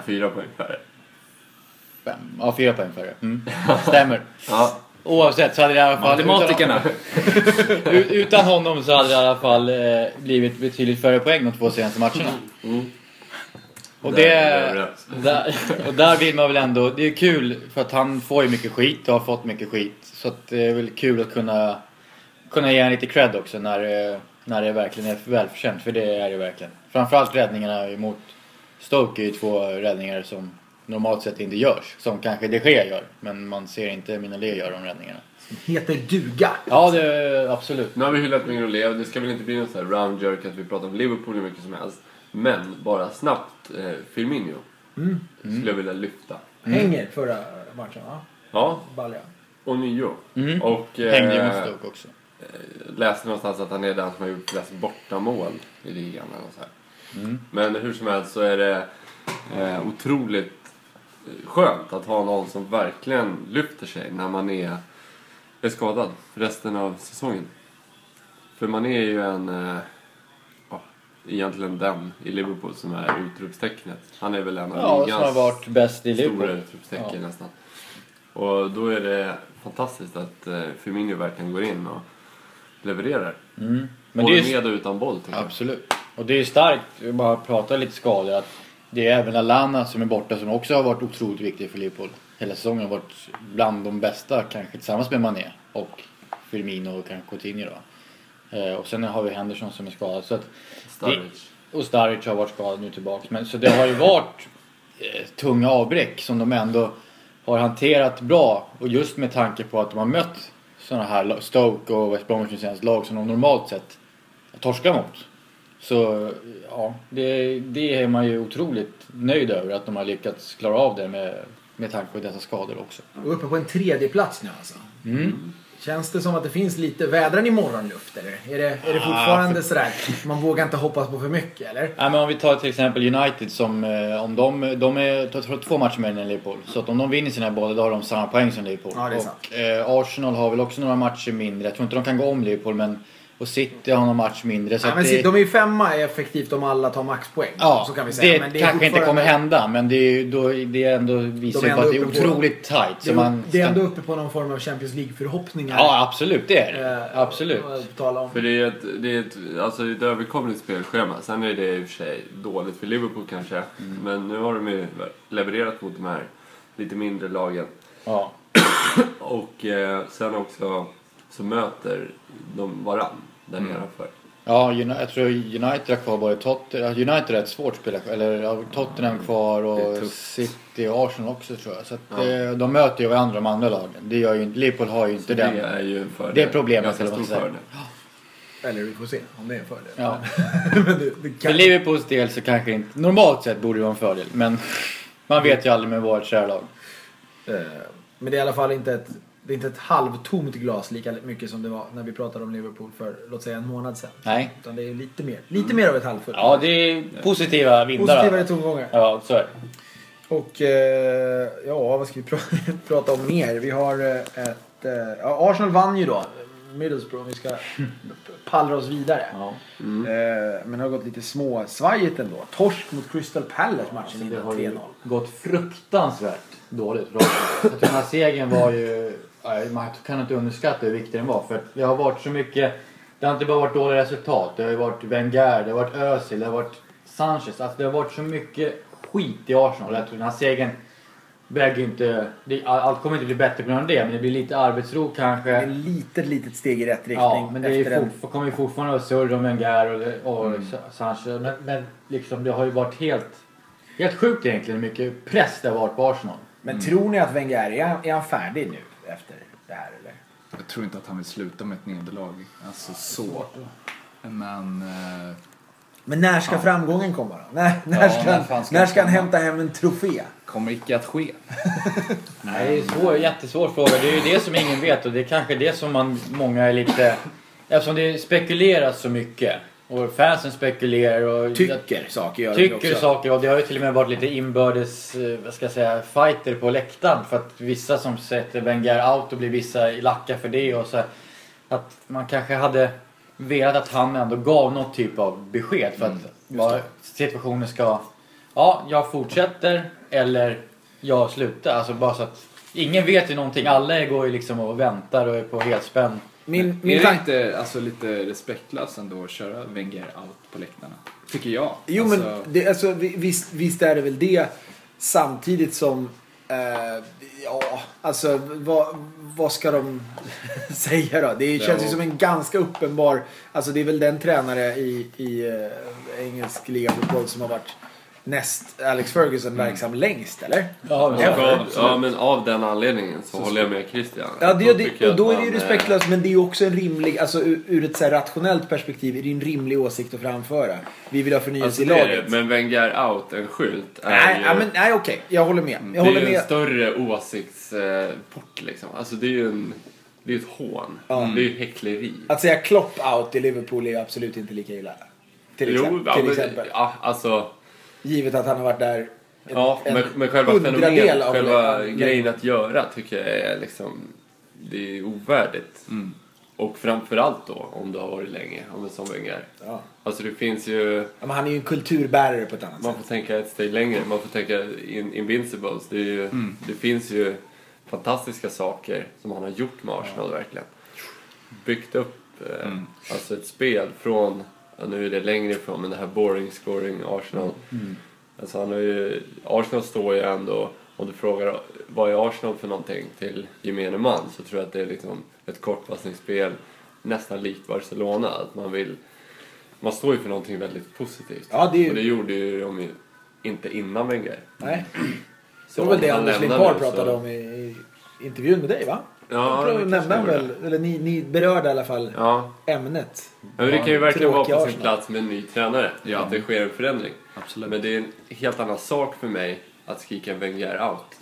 Fyra poäng färre.
Fem. Ja, fyra poäng färre. Mm. Stämmer.
Ja,
Oavsett så hade det i alla fall...
Matematikerna.
Utan, u- utan honom så hade det i alla fall eh, blivit betydligt färre poäng de två senaste matcherna. Och,
Mm. Där
det,
är vi överens.
där, och där vill man väl ändå... Det är kul för att han får ju mycket skit och har fått mycket skit. Så att det är väl kul att kunna, kunna ge honom lite cred också när, eh, när det verkligen är välförtjänt. För det är det verkligen. Framförallt räddningarna emot Stoke är ju två räddningar som normalt sett inte görs. Som kanske de Gea gör. Men man ser inte Minolé göra de räddningarna.
Heter duga.
Ja, det, absolut.
Nu har vi hyllat Mignolet och det ska väl inte bli någon sån här round jerk att vi pratar om Liverpool hur mycket som helst. Men bara snabbt, eh, Firmino.
Mm.
Skulle jag vilja lyfta.
Hänger förra matchen va?
Ja,
Balja.
ånyo.
Mm.
Och
Hängde ju mot
eh,
Stoke också.
läste någonstans att han är den som har gjort flest bortamål i ligan eller något så här.
Mm.
Men hur som helst så är det eh, otroligt eh, skönt att ha någon som verkligen lyfter sig när man är, är skadad resten av säsongen. För man är ju en, eh, ja, egentligen den i Liverpool som är utropstecknet. Han är väl en av
Ja, som
ligans
har varit bäst i
stora
Liverpool. Ja.
utropstecken nästan. Och då är det fantastiskt att eh, Firmino verkligen går in och levererar.
Men det
Både
är ju,
med och utan boll tycker jag.
absolut. Och det är ju starkt, vi bara prata lite skador, att det är även Alana som är borta som också har varit otroligt viktig för Liverpool. Hela säsongen har varit bland de bästa, kanske tillsammans med Mané och Firmino och kanske Coutinho då. Eh, Och sen har vi Henderson som är skadad. Så att
Sturridge.
Och Sturridge har varit skadad nu tillbaks. Men, så det har ju varit eh, tunga avbräck som de ändå har hanterat bra. Och just med tanke på att de har mött sådana här lag- Stoke och West Bromwich United lag som de normalt sett torskar mot. Så ja, det, det är man ju otroligt nöjd över att de har lyckats klara av det med, med tanke på dessa skador också.
Och uppe på en tredje plats nu alltså.
Mm.
Känns det som att det finns lite vädran i morgonluft eller? Är det, är det
Ah,
fortfarande sådär, man vågar inte hoppas på för mycket eller?
Nej, men om vi tar till exempel United som eh, om de, de är jag tror, två matcher mer än Liverpool. Så att om de vinner sina båda då har de samma poäng som Liverpool.
Ja, det är sant.
och eh, Arsenal har väl också några matcher mindre. Jag tror inte de kan gå om Liverpool men och City har någon match mindre. Så
Nej,
att
men
det,
se, de är ju femma effektivt om alla tar maxpoäng.
ja,
så kan vi säga.
det
men
kanske inte
fortfarande-
kommer hända men det, är, ju- då, det är ändå, visar
De är
ju på att det är
ändå uppe på-
otroligt tight.
Det
Så
är,
man,
det är ändå uppe på någon form av Champions League-förhoppningar.
Ja absolut det är det.
Eh,
Absolut.
och- och Tala om.
För det är ett, det är ett, alltså ett överkomligt spelschema. Sen är det i och för sig dåligt för Liverpool kanske.
Mm.
Men nu har de ju levererat mot de här lite mindre lagen.
Ja.
Och eh, sen också så möter de varann där
Mm.
nedanför.
Ja, Uni- jag tror United har kvar både Tottenham... United är ett svårt spel. Eller ja, Tottenham kvar
Det är
och
tufft.
City och Arsenal också tror jag. Så att, eh, de möter ju varandra de andra lagen. Det gör ju, inte- Liverpool har ju inte
Det
den.
är ju en fördel.
Det är problemet,
Ganska
eller vad
stor
man säger.
fördel.
Eller vi får se om det är en fördel.
Ja.
Men det, det
För
kan...
Liverpools del så kanske inte... Normalt sett borde det vara en fördel. Men man vet ju aldrig med vårt kära lag.
Eh, Men det är i alla fall inte ett, det är inte ett halvtomt glas lika mycket som det var när vi pratade om Liverpool för låt säga en månad sedan.
Nej.
Utan det är lite mer, lite mer av ett halvfullt.
Ja, det är positiva vindar.
Positivare tongångar.
Ja, så är det.
Och eh, ja, vad ska vi pra- prata om mer? Vi har eh, ett... Eh, ja, Arsenal vann ju då. Middlesbrough, om vi ska pallra oss vidare.
Ja.
Eh, men det har gått lite småsvajigt ändå. Torsk mot Crystal Palace matchen
Det
innan
har ju
3-0.
gått fruktansvärt dåligt för Arsenal. Jag tror den här segern var ju... nej, Man kan inte underskatta hur viktig den var. För att det har varit så mycket... Det har inte bara varit dåliga resultat. Det har ju varit Wenger, det har varit Özil, det har varit Sanchez. Alltså det har varit så mycket skit i Arsenal. Jag tror den här segern väger ju inte... det- Allt kommer inte bli bättre på grund av det, men det blir lite arbetsro kanske.
Ett litet, litet steg i rätt riktning.
Ja, men det är
efter
ju
en-
fortfar- kommer ju fortfarande att surra om Wenger och, det- och Sa- Sanchez. Men, men liksom, det har ju varit helt, helt sjukt egentligen hur mycket press det har varit på Arsenal.
Men tror ni att Wenger, är han, är han färdig nu efter det här eller?
Jag tror inte att han vill sluta med ett nederlag. Alltså så. Men... Eh,
Men när ska framgången komma då? När, när,
Ja,
ska,
när
han,
fan ska
när
den
ska han
komma?
hämta hem en trofé?
kommer icke att ske.
Nej, det är en svår, jättesvår fråga. Det är ju det som ingen vet och det är kanske det som man, många är lite... Eftersom det spekuleras så mycket och fansen spekulerar och...
Tycker saker gör det
Tycker
också.
saker och det har ju till och med varit lite inbördes, eh, vad ska jag säga, fighter på läktaren. För att vissa som sätter Wenger out och blir vissa lacka för det och så här. Att man kanske hade velat att han ändå gav något typ av besked för att
Mm,
vad situationen ska, ja jag fortsätter eller jag slutar. Alltså bara så att Ingen vet ju någonting. Alla går ju liksom och väntar och är på helspänn.
Min,
är
min
det
tanke...
inte alltså, lite respektlöst ändå att köra Wenger out på läktarna? Tycker jag.
Jo
alltså,
men det, alltså, vi- visst, visst är det väl det. Samtidigt som... Eh, ja, alltså vad, vad ska de säga då? Det känns ju
Ja.
som en ganska uppenbar... Alltså det är väl den tränare i, i eh, engelsk ligafotboll som har varit näst Alex Ferguson verksam längst eller?
Ja, men,
Och av, Mm. ja, men av den anledningen så, håller jag med Christian.
Ja, det,
Då tycker
det,
jag
och då
att
är det ju
man, eh,
respektlöst men det är ju också en rimlig, alltså ur, ur ett så här rationellt perspektiv, är det ju en rimlig åsikt att framföra. Vi vill ha förnyelse
Alltså,
i
det är
laget.
det, men Wenger out, en skylt, är
Nej,
ju...
ja, men, nej okej. Jag håller med. Jag
det
håller
är ju
med.
en större åsiktsport liksom. Alltså det är ju en, det är ju ett hån. Det är ju häckleri.
Att säga Klopp out i Liverpool är ju absolut inte lika illa. Till, exempel,
ja,
till
men-
exempel.
Ja, alltså,
Givet att han har varit där.
ja,
en
men, men själva
hundradel
fenomenet,
av-
själva
av-
grejen att göra tycker jag är liksom, det är ovärdigt. Och framförallt då om du har varit länge, om det som Wenger.
Ja.
Alltså det finns ju,
Ja, Men han är ju en kulturbärare på ett annat
man
sätt.
får tänka ett steg längre, man får tänka in, Invincibles. Det, är ju, det finns ju fantastiska saker som han har gjort med Arsenal verkligen. Byggt upp eh, alltså ett spel från, ja, nu är det längre ifrån, men det här boring scoring Arsenal. Alltså han har ju, Arsenal står ju ändå, om du frågar vad är Arsenal för någonting till gemene man så tror jag att det är liksom ett kortpassningsspel nästan likt Barcelona. Att man vill, man står ju för någonting väldigt positivt.
Ja, det är ju-
Och det gjorde ju de ju inte innan Wenger.
Nej.
Så
Det var väl
om
det
han
Anders
lämnar
Limpar
nu
pratade
så-
om i, i intervjun med dig va?
Ja,
Då
det
nämnde han
kanske
väl, eller ni, ni berörde i alla fall
Ja,
ämnet.
men det kan ju verkligen vara
tråkiga
på sin
Arsenal.
plats med en ny tränare.
Ja.
Att det sker en förändring.
Absolut.
Men det är en helt annan sak för mig att skrika Wenger out.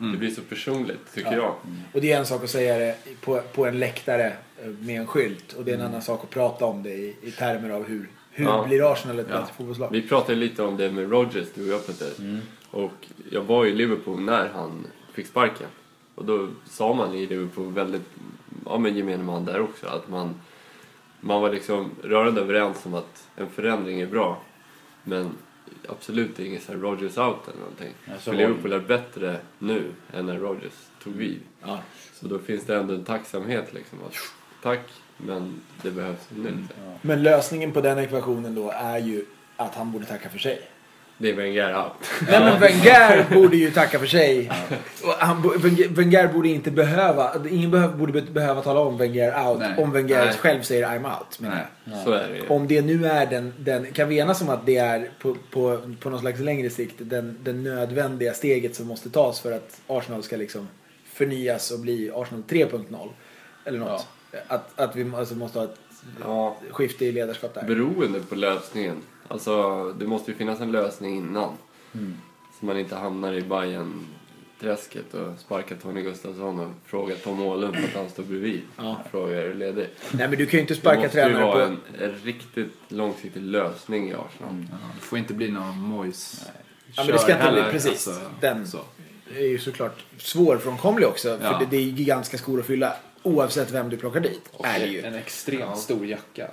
Mm.
Det blir så personligt, tycker jag.
Och det är en sak att säga det på, på en läktare eh, med en skylt. Och det är en annan sak att prata om det i, i termer av hur, hur
Mm. Ja.
blir Arsenal ett bättre fotbollslag?
Vi pratade lite om det med Rodgers, du och jag Peter.
Mm.
Och jag var i Liverpool när han fick sparken. Och då sa man i Liverpool, väldigt, ja men gemene man där också, att man, man var liksom rörande överens om att en förändring är bra. Men absolut inget så här Rodgers out eller någonting.
Ja, så
För
var det.
Liverpool är bättre nu än när Rodgers tog vid. Så då finns det ändå en tacksamhet liksom. Att, tack, men det behövs nu.
Mm,
Men lösningen på den ekvationen då är ju att han borde tacka för sig.
Det är Wenger out.
Nej men Wenger borde ju tacka för sig. Och han, bo- Wenger- Wenger borde inte behöva, ingen behöv, borde be- behöva tala om Wenger out
Nej.
om Wenger
Nej.
själv säger I'm out. menar
Nej.
jag.
Så är det ju.
Om det nu är den, den kan vi enas om att det är på, på, på någon slags längre sikt den, den nödvändiga steget som måste tas för att Arsenal ska liksom förnyas och bli Arsenal 3.0. Eller något. Att, att vi alltså måste ha ett
Ja,
skifte i ledarskap där.
beroende på lösningen. Alltså, det måste ju finnas en lösning innan. Mm. Så man inte hamnar i bayern träsket och sparkar Tony Gustafsson och frågar Tom Åhlund för att han står bredvid. Frågar är du ledig?
Nej men du kan ju inte
Det
sparka
måste ju
tränare på...
vara en, en riktigt långsiktig lösning i Arsenal.
Ja, det får inte bli någon mojs.
Ja, men det ska inte bli,
heller,
precis.
alltså,
den
så.
är ju såklart svårfrånkomlig också. För
Ja.
det, det är ju gigantiska skor att fylla. Oavsett vem du plockar dit. är det ju. Mm.
En extremt stor jacka.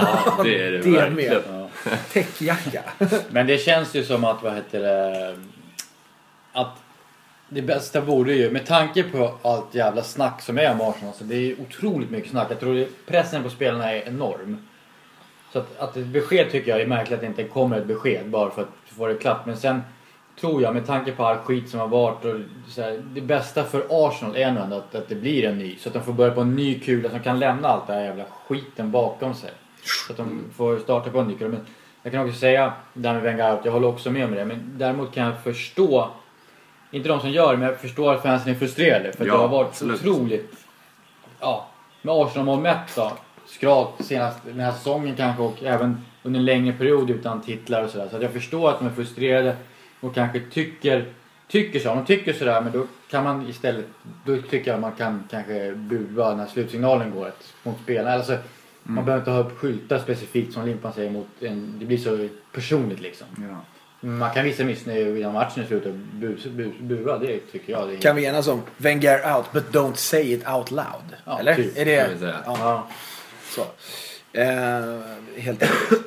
Ja, det är det,
Det med.
verkligen.
Täckjacka.
men det känns ju som att, vad heter det, att det bästa vore ju, med tanke på allt jävla snack som är om Arsenal, så det är ju otroligt mycket snack. Jag tror det- pressen på spelarna är enorm. Så att, att ett besked tycker jag är märkligt att det inte kommer ett besked bara för att få det klart. Men sen tror jag med tanke på all skit som har varit och så här, det bästa för Arsenal är nog ändå att, att det blir en ny. Så att de får börja på en ny kula som kan lämna allt det här jävla skiten bakom sig. Så att de får starta på en ny kula. Men jag kan också säga, det här med Wenger out, jag håller också med om det. Men däremot kan jag förstå, inte de som gör det, men jag förstår att fansen är frustrerade. För att
Ja,
det har varit
absolut.
otroligt ja, med Arsenal-mål mätt då. Skralt senast den här säsongen kanske och även under en längre period utan titlar och sådär. Så att jag förstår att de är frustrerade och kanske tycker, tycker så. Om de tycker sådär men då kan man istället, då tycker jag man kan kanske bua när slutsignalen går ett, mot spelarna. Alltså, Man behöver inte ha upp skyltar specifikt som Limpan säger mot en, det blir så personligt liksom.
Ja.
Man kan visa missnöje innan matchen är slut och bus, bus, bua, det tycker jag. Det är
Kan vi enas om Wenger out but don't say it out loud.
Ja,
Eller?
typ,
kan
är det...
vi säga.
Ja,
ja.
så. Eh, helt enkelt.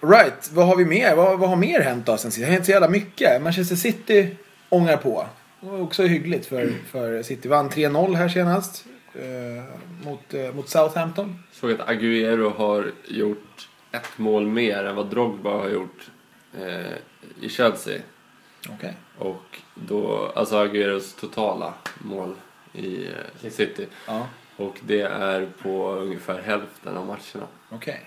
Right, vad har vi mer? Vad, vad har mer hänt då sen sist? Det har hänt så jävla mycket. Manchester City ångar på. Det var också hyggligt för, för City. Vann 3-0 här senast. Eh, mot, eh, mot Southampton.
Såg att Agüero har gjort ett mål mer än vad Drogba har gjort eh, i Chelsea.
Okej.
Och då, alltså Agüeros totala mål i eh, City.
Ja,
Och det är på ungefär hälften av matcherna.
okej.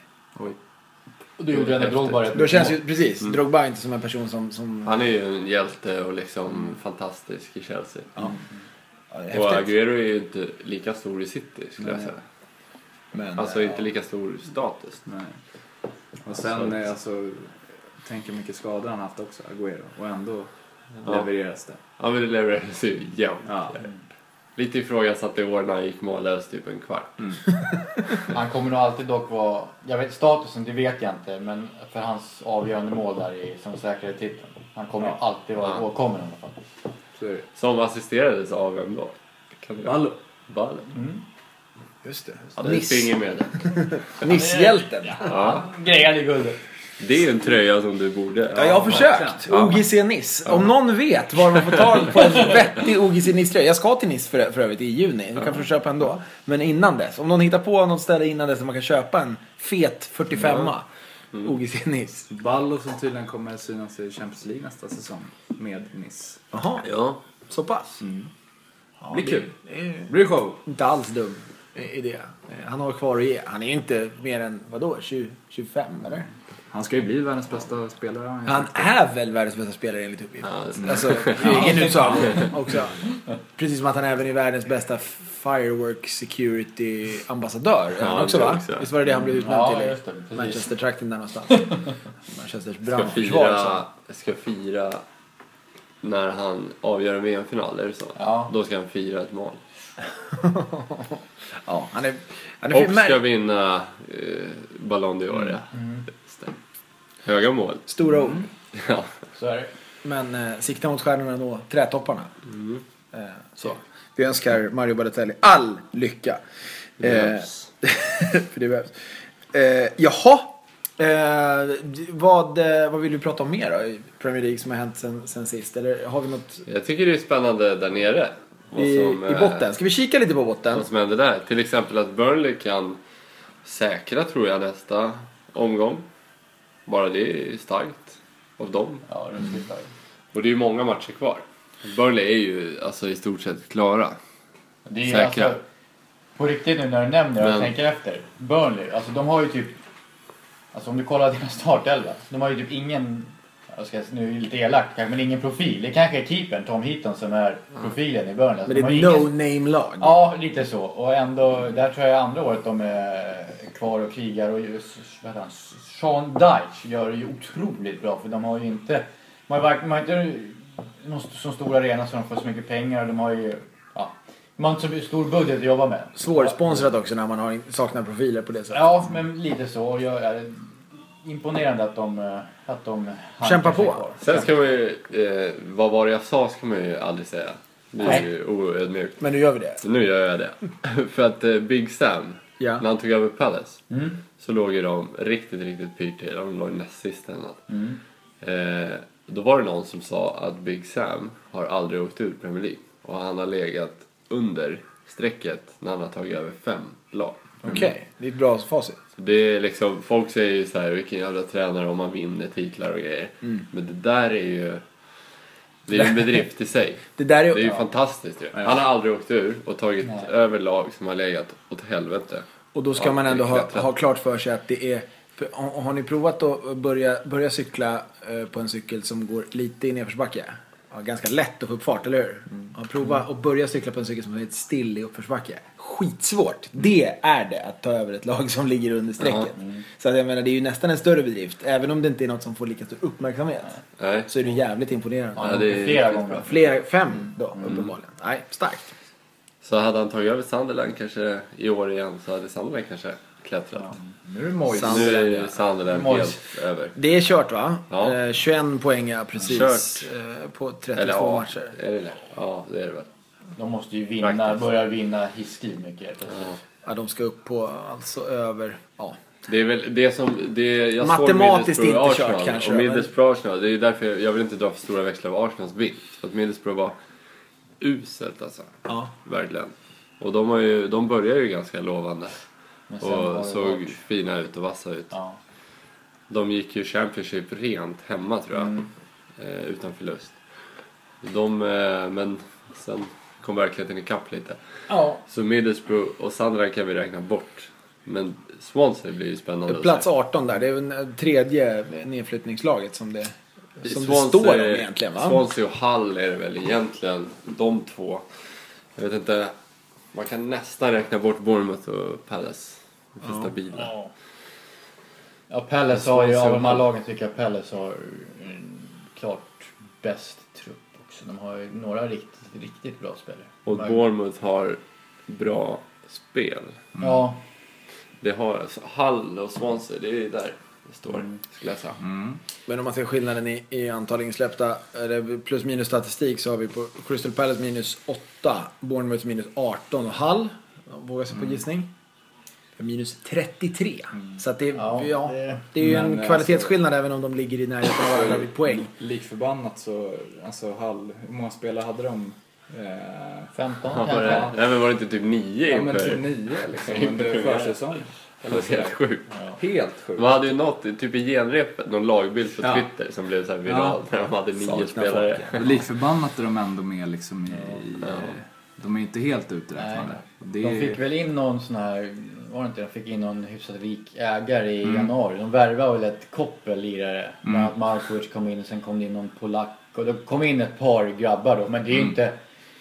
Och du gjorde ändå Drogba rätt
Då
mycket
känns
mål.
ju, precis, Drogba är inte som en person som... som
Han är ju en hjälte och liksom fantastisk i Chelsea.
ja, det är
Och
häftigt.
Agüero är ju inte lika stor i City skulle jag
Nej.
säga.
Men,
Alltså
eh,
inte lika stor status.
Nej. Och sen är alltså, tänk hur mycket skador han haft också, Aguero. Och ändå
Ja.
levereras det.
Ja men det levererades ju jämnt.
Ja.
Lite ifrågasatt i år när han gick mållös typ en kvart.
Han kommer nog alltid dock vara... Jag vet statusen, det vet jag inte. Men för hans avgörande mål där är som säkrade titeln. Han kommer ju alltid vara
Ja.
åkommen i alla fall.
Så är det.
Som assisterades av vem då? Kan det-
Ballo.
Ballo.
Just det.
Hade ett finger med det.
Nisshjälten.
Ja.
Grejade guldet.
Det är ju en tröja som du borde...
Ja, jag har försökt. OGC Niss. Om någon vet var man får tag på en vettig OGC Niss-tröja. Jag ska till Niss för, för övrigt i juni. Du kan få köpa en då. Men innan dess. Om någon hittar på något ställe innan dess där man kan köpa en fet 45a OGC Niss.
Ballo som tydligen kommer synas i Champions League nästa säsong med Nice.
Jaha,
Ja.
så pass.
Det blir kul.
Det är
Det blir show.
inte alls dum idé. Eh, Han har kvar att ge. Han är ju inte mer än, vadå, 20, 25 eller?
Han ska ju bli världens bästa spelare.
Han är väl världens bästa spelare enligt uppgift.
Ja, det
Alltså, i egen utsago också. Precis som att han även är världens bästa firework security ambassadör. Är han
Ja,
också
det
va?
också.
Visst var det det han blev utnämnd
Ja,
till? i
just det, precis.
Manchester-trakten där någonstans. Manchesters
Ska
brandförsvar.
fira,
så.
ska fira när han avgör en VM-final, är det så?
Ja.
Då ska han fira ett mål.
Ja, han är... Han är
Och
mär- Mm.
ska vinna eh, Ballon d'Or, ja. Just det. Höga mål.
Stora ord.
Ja.
Så är det.
Men eh, sikta mot stjärnorna då, trätopparna. Eh, så. Vi önskar Mario Balotelli all lycka. Eh,
Det behövs.
för det behövs. Eh, jaha. Eh, vad, eh, vad vill du prata om mer då i Premier League som har hänt sen, sen sist? Eller har vi något
Jag tycker det är spännande där nere. Vad
i,
som,
i
eh,
botten? Ska vi kika lite på botten?
Vad som händer där. Till exempel att Burnley kan säkra, tror jag, nästa omgång. Bara det är starkt av dem. Mm.
Ja, ruskigt bra.
Och det är ju många matcher kvar. Burnley är ju alltså i stort sett klara.
Det är ju
Säkra.
alltså, på riktigt nu när du nämner det
Men-
och tänker efter. Burnley, alltså de har ju typ... Alltså om du kollar deras startelva. De har ju typ ingen... Jag ska, nu är jag lite elak kanske, men ingen profil. Det kanske är keepern, Tom Heaton, som är profilen i Burnley. Alltså,
Men
de
det
har
är ett
ingen-
no-name-lag.
Ja, lite så. Och ändå, där tror jag andra året de är kvar och krigar. Och ju- vad heter han? Sean Dyche gör det ju otroligt bra för de har ju inte... De har, ju varken- de har inte någon st- så stor arena så de får så mycket pengar och de har ju... Ja, de har inte så stor budget att jobba med.
Svårsponsrat också när man har, saknar profiler på det sättet.
Ja, men lite så. Och jag är imponerande att de... eh, Att de hankar
Kämpa
sig
på.
kvar.
Sen ska man ju... Eh, vad var det jag sa ska man ju aldrig säga. Det är ju oödmjukt.
Men nu gör vi det.
Så nu gör jag det. För att eh, Big Sam,
Ja.
när han tog över Palace, så låg ju de riktigt, riktigt pyrt till. De låg näst sist eller något. Eh, då var det någon som sa att Big Sam har aldrig åkt ur Premier League. Och han har legat under strecket när han har tagit över fem lag.
Okej, det är ett bra facit.
Det är liksom, folk säger ju så här, vilken jävla tränare om man vinner titlar och grejer. Men det där är ju... Det är ju en bedrift i sig.
Det där
Det är
är...
ju fantastiskt ju. Han har aldrig åkt ur och tagit över lag som har legat åt helvete.
Och då ska
Ja,
man ändå ha,
exakt.
ha klart för sig att det är... för Har, har ni provat att börja, börja cykla eh, på en cykel som går lite i nedförsbacke? Ja, ganska lätt att få upp fart, eller hur?
Mm.
Ja, prova att börja cykla på en cykel som är helt still i uppförsbacke. Skitsvårt! Det är det, att ta över ett lag som ligger under strecket. Så att jag menar, det är ju nästan en större bedrift. Även om det inte är något som får lika stor uppmärksamhet.
Nej.
Så är det jävligt imponerande.
Ja, Mm. det är
Flera
riktigt
gånger.
bra.
Flera, fem då, uppenbarligen. Nej, starkt.
Så hade han tagit över Sunderland kanske i år igen så hade Sunderland kanske klättrat.
Nu är det Moise.
Nu är ju Sunderland
Moise.
helt över.
Det är kört va?
Ja.
Eh, 21 poäng ja, precis.
Kört.
Eh, på 32
Eller ja,
matcher.
är det det? Ja, det är det väl.
De måste ju vinna,
Faktiskt.
Alltså,
börja vinna hiskligt mycket.
Ja, de ska upp på alltså över... Ja.
Det är väl det som... Det, jag
Matematiskt
såg Middlesbrough
inte kört
Arsenal,
kanske,
Och
men-
Middlesbrough Arsenal, det är ju därför jag, jag vill inte dra för stora växlar av Arsenals vinst. För att Middlesbrough var uselt alltså.
Ja.
Verkligen. Och de, har ju, de börjar ju ganska lovande.
Men sen har det
Och såg
varit-
fina ut och vassa ut.
Ja.
De gick ju Championship rent hemma tror jag.
Mm.
Eh, utan förlust. De, eh, men sen kom verkligheten ikapp lite.
ja,
Så Middlesbrough och Sandra kan vi räkna bort. Men Swansea blir ju spännande. att
Plats
se.
18 där, det är väl tredje nedflyttningslaget som det, som det
Swansea-
står om egentligen va?
Swansea och Hull är det väl egentligen. De två. Jag vet inte. Man kan nästan räkna bort Bournemouth och Palace. De är stabila.
Ja. Ja, Palace har ju, av de här lagen tycker jag Palace har en klart bäst trupp också. De har ju några riktigt, riktigt bra spelare.
Och
De har-
Bournemouth har bra spel.
Mm.
Ja,
Det har alltså, Hull och Swansea, det är där det står.
Mm.
Skulle jag säga.
Men om man ser skillnaden i, i antal insläppta, eller plus minus statistik, så har vi på Crystal Palace minus 8, Bournemouth minus 18 och Hull, vågar sig på
Mm.
gissning, minus 33. Så att det, ja,
Ja,
det,
det-
är ju
Men,
en
eh,
kvalitetsskillnad även om de ligger i närheten av varandra vid poäng.
Mm.
Likförbannat så, alltså Hall, hur många spelare hade de? Eh,
15
Ja, var
kanske.
det, nej men var det inte typ nio
ja men
inför?
typ nio liksom under försäsong. Eller sådär.
Helt sjukt.
Helt sjukt.
Man hade ju något, typ i genrepet, någon lagbild på
Ja.
Twitter som blev så här viral när de hade nio
Saknar
spelare.
folk, ja. Likförbannat är de ändå med liksom i... eh, De är ju inte helt
Nej.
uträknade. Och Det
De
är,
fick väl in någon sån här, var det inte, de fick in någon hyfsat rik ägare
Mm.
i januari. De värvade väl ett koppel lirare. Bland annat Markovic kom in och sen kom det in någon polack. Och det kom in ett par grabbar då. Men det är
Mm.
ju inte,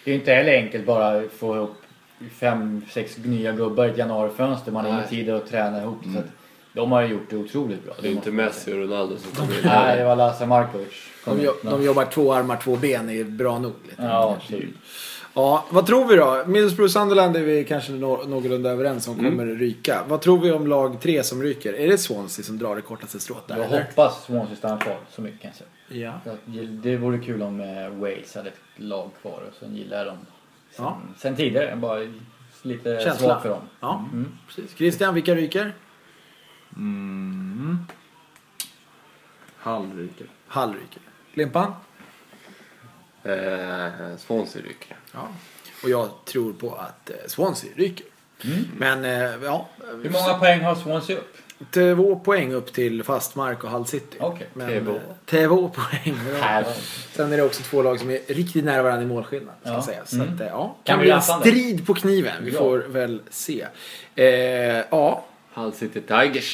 det är inte heller enkelt bara att få ihop fem, sex nya gubbar i ett januarifönster. Man har ingen tid att träna ihop
Mm.
det. Så att de har ju gjort det otroligt bra.
Det är inte Messi och Ronaldo som kommer in.
Nej, det var Lasse Markovic. Kom
De,
in.
jo, de jobbar två armar, två ben, är bra nog. Lite.
Ja, typ.
Ja, vad tror vi då? Middlesbrough Sunderland är vi kanske nå- någorlunda överens om kommer
Mm.
ryka. Vad tror vi om lag 3 som ryker? Är det Swansea som drar det kortaste strået där?
Jag
eller?
hoppas Swansea stannar kvar så mycket kan jag säga.
Ja.
Så att Det det vore kul om eh, Wales hade ett lag kvar och sen gillar jag dem. Sen,
Ja.
sen tidigare, bara lite
Känsla.
svag Eh, för dem. Mm.
Ja, mm. precis. Christian, vilka ryker?
Hallryker.
Hall ryker. Limpan?
Eh, Swansea ryker.
Ja. Och jag tror på att eh, Swansea ryker. Men eh, ja,
Mm. Hur många poäng har Swansea upp?
två poäng upp till fast mark och Hull City.
Okej,
Men,
två.
eh, Två poäng.
Här.
Sen är det också två lag som är riktigt nära varandra i målskillnad. Ska
Ja.
säga. Så
Mm.
att, eh, ja.
Kan
Kan
bli
bli en
rafflande.
strid på kniven. Vi
Ja.
får väl se. Eh, ja,
Hull City Tigers.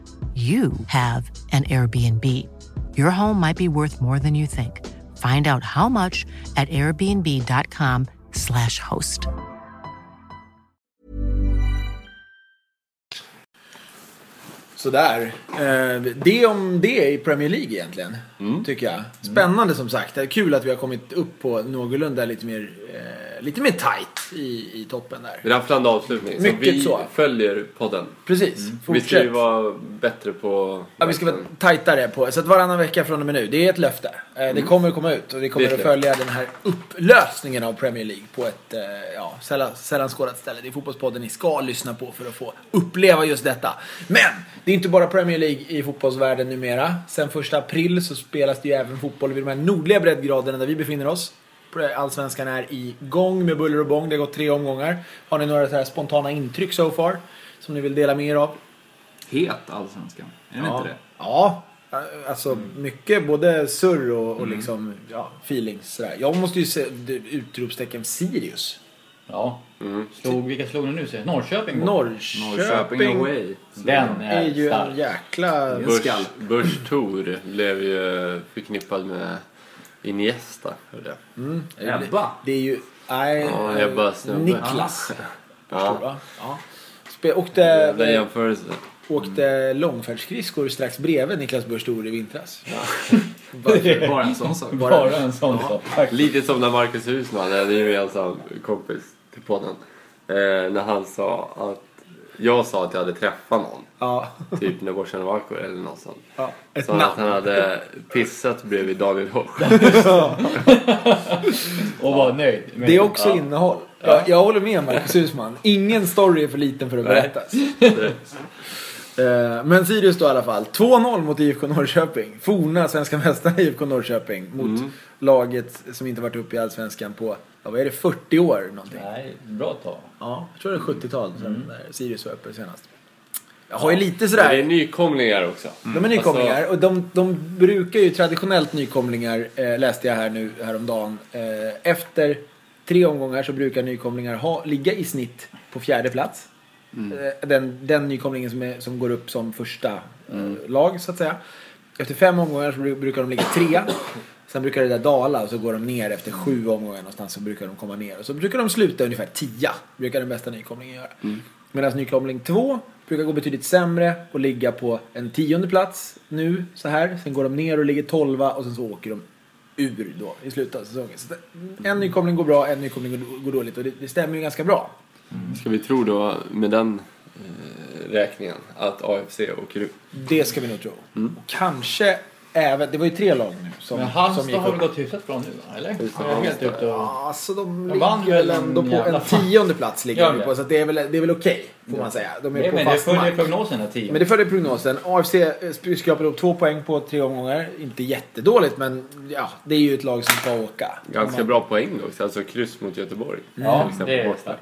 you have an Airbnb. Your home might be worth more than you think. Find out how much at airbnb.com/slash host.
sådär. Eh, det om det i Premier League egentligen.
Mm.
Tycker jag. Spännande som sagt. Det är kul att vi har kommit upp på någorlunda lite mer, eh, lite mer tight i, i toppen där.
Rafflande avslutning.
Mycket
så vi
så.
följer podden.
Precis.
Vi ska ju
Mm. Fortsätt.
vara bättre på...
Ja, vi ska vara tajtare på Så att varannan vecka från och med nu. Det är ett löfte. Eh, Det kommer att komma ut och det kommer
Mm. Det är
att
ett
följa den här upplösningen av Premier League på ett eh, ja, sällan, sällan skådat ställe. Det är Fotbollspodden ni ska lyssna på för att få uppleva just detta. Men det är inte bara Premier League i fotbollsvärlden numera. Sen första april så spelas det ju även fotboll vid de här nordliga breddgraderna där vi befinner oss. Allsvenskan är igång med buller och bång. Det har gått tre omgångar. Har ni några så här spontana intryck so far? Som ni vill dela med er av?
Het allsvenskan, är det inte det?
Ja, Alltså mycket både surr och,
Mm.
och liksom ja, feelings sådär. Jag måste ju se det- utropstecken Sirius.
Ja.
Mm.
Slog, vilka slog ni nu senast? Norrköping? bort.
Norrköping.
Norrköping away.
Den är,
är ju en
stark.
jäkla...
Busch, Busch Thor blev ju förknippad med Iniesta. hörde jag.
Mm.
Ebba.
Det är ju... Nej.
Ja,
eh,
Ebba snubbe.
Niklas. Förstår du,
Ja,
va? Ja. Spe- åkte,
den jämförelsen.
åkte långfärdsskridskor strax bredvid Niklas Busch Thor i vintras.
Bara en sån sak.
Bara en sån sak.
Lite som när Marcus Husman, jag hade en gemensam kompis till podden. Eh, när han sa att jag sa att jag hade träffat någon.
Ja.
Typ Nebojsa Novaco eller något sånt.
Ja. Ett
Sa han att
namn.
han hade pissat bredvid Daniel Hosch.
Och var nöjd. med-
Det är också
Ja.
innehåll. Jag, jag håller med Marcus Husman. Ingen story är för liten för att
Nej.
berättas. Eh, Men Sirius då i alla fall. 2-0 mot IFK Norrköping. Forna svenska mästarna IFK Norrköping. Mot laget som inte varit uppe i Allsvenskan på, ja, vad är det, 40 år någonting.
Nej, bra tag.
Ja, jag tror det är 70-tal sedan när Sirius var uppe senast. Jag har ju lite sådär...
Men Det är nykomlingar också.
De är nykomlingar
Alltså,
och de, de brukar ju traditionellt nykomlingar, eh, läste jag här nu häromdagen. Eh, efter tre omgångar så brukar nykomlingar ha, ligga i snitt på fjärde plats. Eh, den, den nykomlingen som, är, som går upp som första eh, lag så att säga. Efter fem omgångar så bru- brukar de ligga trea. Sen brukar det där dala och så går de ner efter sju omgångar någonstans så brukar de komma ner. Och så brukar de sluta ungefär tia, brukar den bästa nykomlingen göra. Medan nykomling 2 brukar gå betydligt sämre och ligga på en tionde plats nu så här. Sen går de ner och ligger tolva och sen så åker de ur då i slutet av säsongen. Så det- en nykomling går bra, en nykomling går- går dåligt och det, det stämmer ju ganska bra.
Ska vi tro då med den eh, räkningen att AFC åker ut?
Det ska vi nog tro. Och kanske även, det var ju tre lag nu som,
Men
som
Halmstad
gick
har väl
upp.
gått hyfsat bra nu va? Eller?
Halmstad.
Jag är helt ute och...
Ja, Alltså de
De vann
ligger väl
väl en
ändå på
jävla
en
fan.
tionde plats ligger
Gör
de
det.
på. Så att det är väl, det är väl okej får man säga. De är
Nej,
på
men det
fast mark.
följer prognosen här 10.
Men det följer prognosen. AFC skrapade eh, upp två poäng på tre omgångar. Inte jättedåligt men ja, det är ju ett lag som ska åka.
Ganska
man,
bra poäng också, alltså kryss mot Göteborg.
Ja,
till exempel.
det är starkt.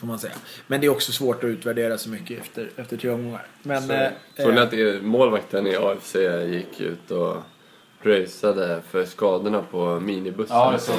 Får man säga. Men det är också svårt att utvärdera så mycket efter, efter tre omgångar. Men, eh,
Så, tror ni att det är- målvakten i AFC gick ut och pröjsade för skadorna på minibussen
Ja, det såg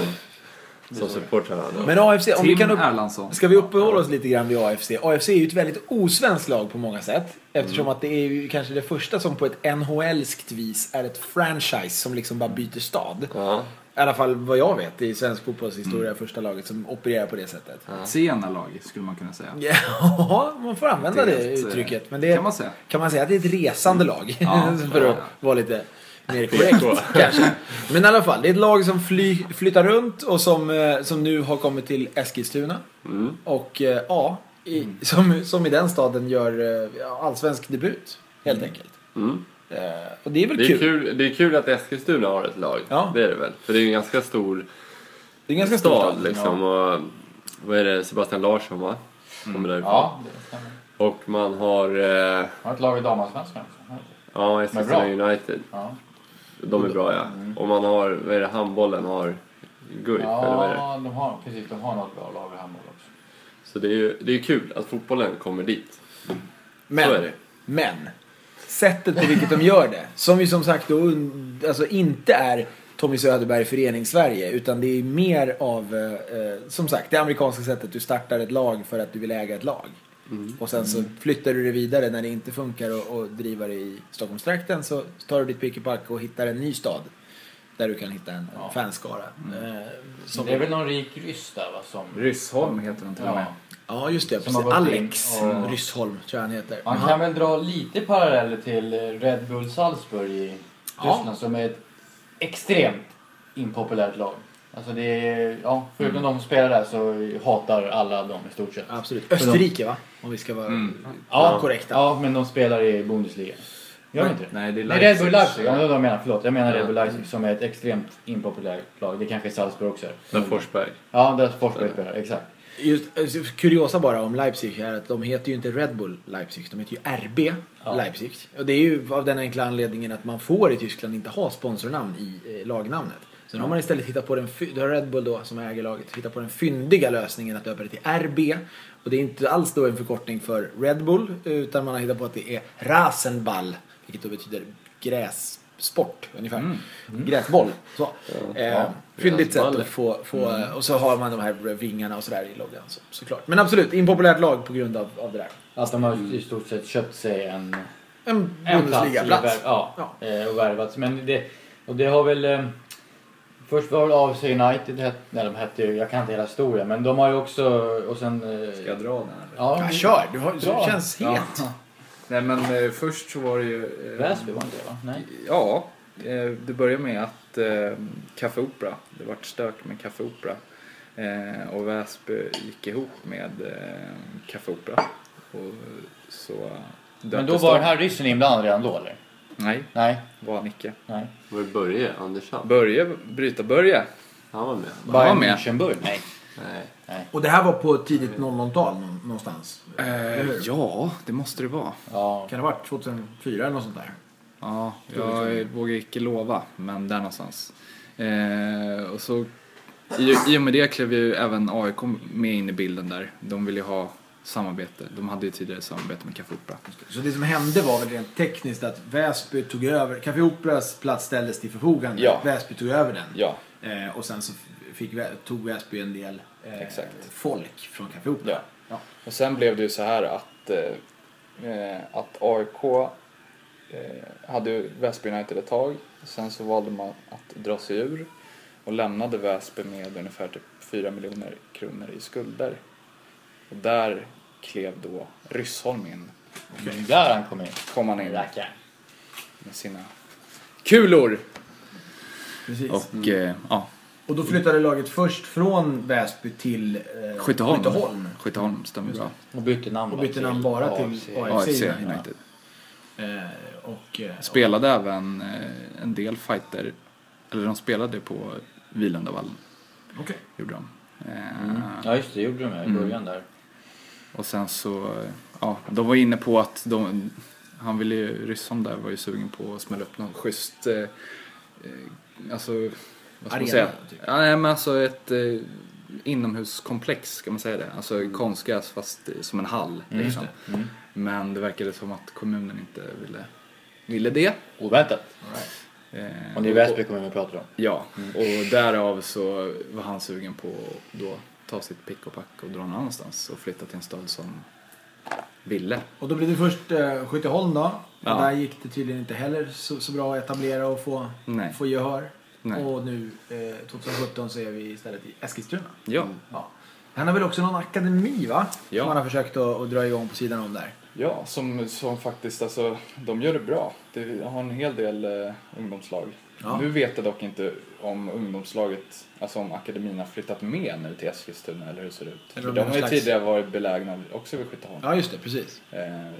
som, som supportrarna hade?
Men AFC, om vi
Tim
kan upp...
Erlandsson.
Ska vi uppehålla oss lite grann vid AFC? AFC är ju ett väldigt osvenskt lag på många sätt. Eftersom att det är ju kanske det första som på ett NHL-skt vis är ett franchise som liksom bara byter stad.
Ja.
I alla fall vad jag vet i svensk fotbollshistoria, första laget som opererar på det sättet.
Sena lag skulle man kunna säga.
Ja, man får använda det,
Det är ett,
uttrycket. Men
eh,
det,
kan man säga. Mm.
kan man säga att det är ett resande lag?
Ja,
för
ja,
att
ja.
vara lite mer korrekt kanske. Men i alla fall, det är ett lag som fly, flyttar runt och som, eh, som nu har kommit till Eskilstuna.
Mm.
Och eh, ja, i, som, som i den staden gör eh, ja, allsvensk debut helt enkelt.
Mm.
Eh, Och det är väl
Det är,
kul.
kul, det är kul att Eskilstuna har ett lag.
Ja.
Det är det väl. För det är ju en ganska stor
Det är en ganska stor
stad,
stad.
liksom. Och, vad är det? Sebastian Larsson va?
Mm.
Kommer därifrån.
Ja, det stämmer.
Och man har... Eh,
Har ett lag i damallsvenskan också.
ja, Eskilstuna
Men
United.
Ja.
De är bra ja.
Mm.
Och man har, vad är det, handbollen har Guif eller vad är det?
ja, de har, precis. De har något bra lag i handboll också.
Så det är ju det är kul att fotbollen kommer dit.
Men,
Så är det.
men sättet på vilket de gör det, som ju som sagt då, und- alltså inte är Tommy Söderberg Föreningssverige, utan det är mer av, eh, eh, som sagt, det amerikanska sättet. Du startar ett lag för att du vill äga ett lag.
Mm.
Och sen så flyttar du det vidare när det inte funkar och, och driver det i Stockholmstrakten så tar du ditt pick och pack och hittar en ny stad. Där du kan hitta en
Ja.
fanskara.
Mm.
Eh, som,
det är väl någon rik ryss där va? Som,
Ryssholm heter den till och
ja.
med.
ja, just det.
som har
Precis.
gått in
Alex
och-
Ryssholm tror jag han heter.
Man
Han-
kan väl dra lite paralleller till eh, Red Bull Salzburg i
Ja.
Ryssland som är ett extremt impopulärt lag. Alltså det är, ja, förutom de som spelar där så hatar alla dem i stort sett.
Mm. Absolut.
För de-
Österrike va? Om vi ska vara
Mm.
Ja,
korrekta.
Ja, men de spelar i Bundesliga. Gör de inte det?
Nej, det är
Nej, Red
Leipzig.
Bull Leipzig. Ja, det var vad jag menar. Förlåt. Jag menar Red Bull Leipzig som är ett extremt impopulärt lag. Det kanske är Salzburg också. är.
Där Forsberg.
Ja, där Forsberg spelar. Exakt.
Just, eh, kuriosa bara om Leipzig är att de heter ju inte Red Bull Leipzig. De heter ju RB
Ja.
Leipzig. Och det är ju av den enkla anledningen att man får i Tyskland inte ha sponsornamn i eh, lagnamnet. Så nu har man istället hittat på den, fy- då har Red Bull då, som äger laget, hittat på den fyndiga lösningen att döpa det till RB. Och det är inte alls då en förkortning för Red Bull, utan man har hittat på att det är Rasenball, vilket då betyder grässport ungefär. Gräsboll. Så.
Ja.
Eh,
Ja.
fyndigt sätt
Gräsboll.
att få, få eh,
Mm.
och så har man de här vingarna och sådär i loggan så, såklart. Men absolut, impopulärt lag på grund av, av det där.
Att de har i stort sett köpt sig en...
En
en plats. i
Bundesliga-plats.
vär- Ja, eh, och värvats. Men det, och det har väl... eh, Först var väl AFC United, het- nej de hette ju, jag kan inte hela historien, men de har ju också, och sen... Ska
jag dra den?
Ja,
Ja,
kör. Du har-
dra.
Ja. Nej men eh, först så var det ju... Eh,
Väsby var inte det, va? Nej.
Ja, eh, det började med att eh, Café Opera, det vart stök med Café Opera. Eh, och Väsby gick ihop med eh, Café Opera. Och så
Men då
döptes
var
de.
den här ryssen inblandad redan då eller?
Nej.
Nej.
Var han icke.
Nej.
Var det Börje Andersson? Börje, Bryta-Börje. Han var med.
Bayern Münchenburg? Nej. Nej.
Och det här var på tidigt 00-tal nå- någonstans?
Eh, ja, det måste det vara.
Kan det ha varit 2004 eller något sånt där?
Ja,
Tror
jag vågar icke lova, men där någonstans. Eh, och så, i, I och med det klev ju även AIK med in i bilden där. De ville ju ha samarbete. De hade ju tidigare samarbete med Café Opera.
Så det som hände var väl rent tekniskt att Väsby tog över, Café Operas plats ställdes till förfogande.
Ja.
Väsby tog över den.
Ja.
Eh, och sen så fick, Vä- tog Väsby en del eh, folk från Café Opera.
Ja. Och sen blev det ju så här att, eh, eh, att AIK eh, hade ju Väsby United ett tag. Sen så valde man att dra sig ur och lämnade Väsby med ungefär typ 4 miljoner kronor i skulder. Och där klev då Ryssholm in.
Okej. Där han kom in.
Kom han in.
Rackaren.
Med sina kulor.
Precis.
Och
Mm.
eh, ja,
Och då flyttade laget först från Väsby till eh,
Skytteholm.
Skytteholm.
Skytteholm, stämmer ju
Bra.
så.
Och bytte namn
Och bytte namn bara till AFC
AFC
United.
United.
Eh, och, eh,
Spelade även eh, en del fighter, eller de spelade på Vilandavallen.
Okej.
Gjorde de. Eh,
Mm. Ja just det, gjorde de ja, i
Mm.
början där.
Och sen så, ja, de var inne på att de, han ville ju, Ryssholm där var ju sugen på att smälla upp någon schysst, eh, eh, alltså, vad ska man
Arena,
säga?
typ.
Ja, nej, men alltså ett eh, inomhuskomplex, ska man säga det? Alltså konstgräs fast eh, som en hall.
Mm.
Liksom.
det. Mm.
Men det verkade som att kommunen inte ville, ville det.
Oväntat.
Eh,
Och det är Väsby kommun vi pratar om.
Ja, och därav så var han sugen på att då ta sitt pick och pack och dra någon annanstans och flytta till en stad som ville.
Och då blev det först eh, Skytteholm då.
Ja.
Och där gick det tydligen inte heller så, så bra att etablera och få,
Nej.
få gehör.
Nej.
Och nu eh, 2017 så är vi istället i Eskilstuna.
Ja.
ja. Han har väl också någon akademi va?
Ja.
Som han har försökt att, att dra igång på sidan om där.
Ja, som, som faktiskt, alltså, de gör det bra. De har en hel del eh, ungdomslag.
Ja.
Nu vet jag dock inte om ungdomslaget, alltså om akademin har flyttat med nu till Eskilstuna eller hur det ser ut.
Eller
För
om
de
någon
har ju
slags-
tidigare varit belägna också vid Skytteholm.
Ja just det, precis.
Eh,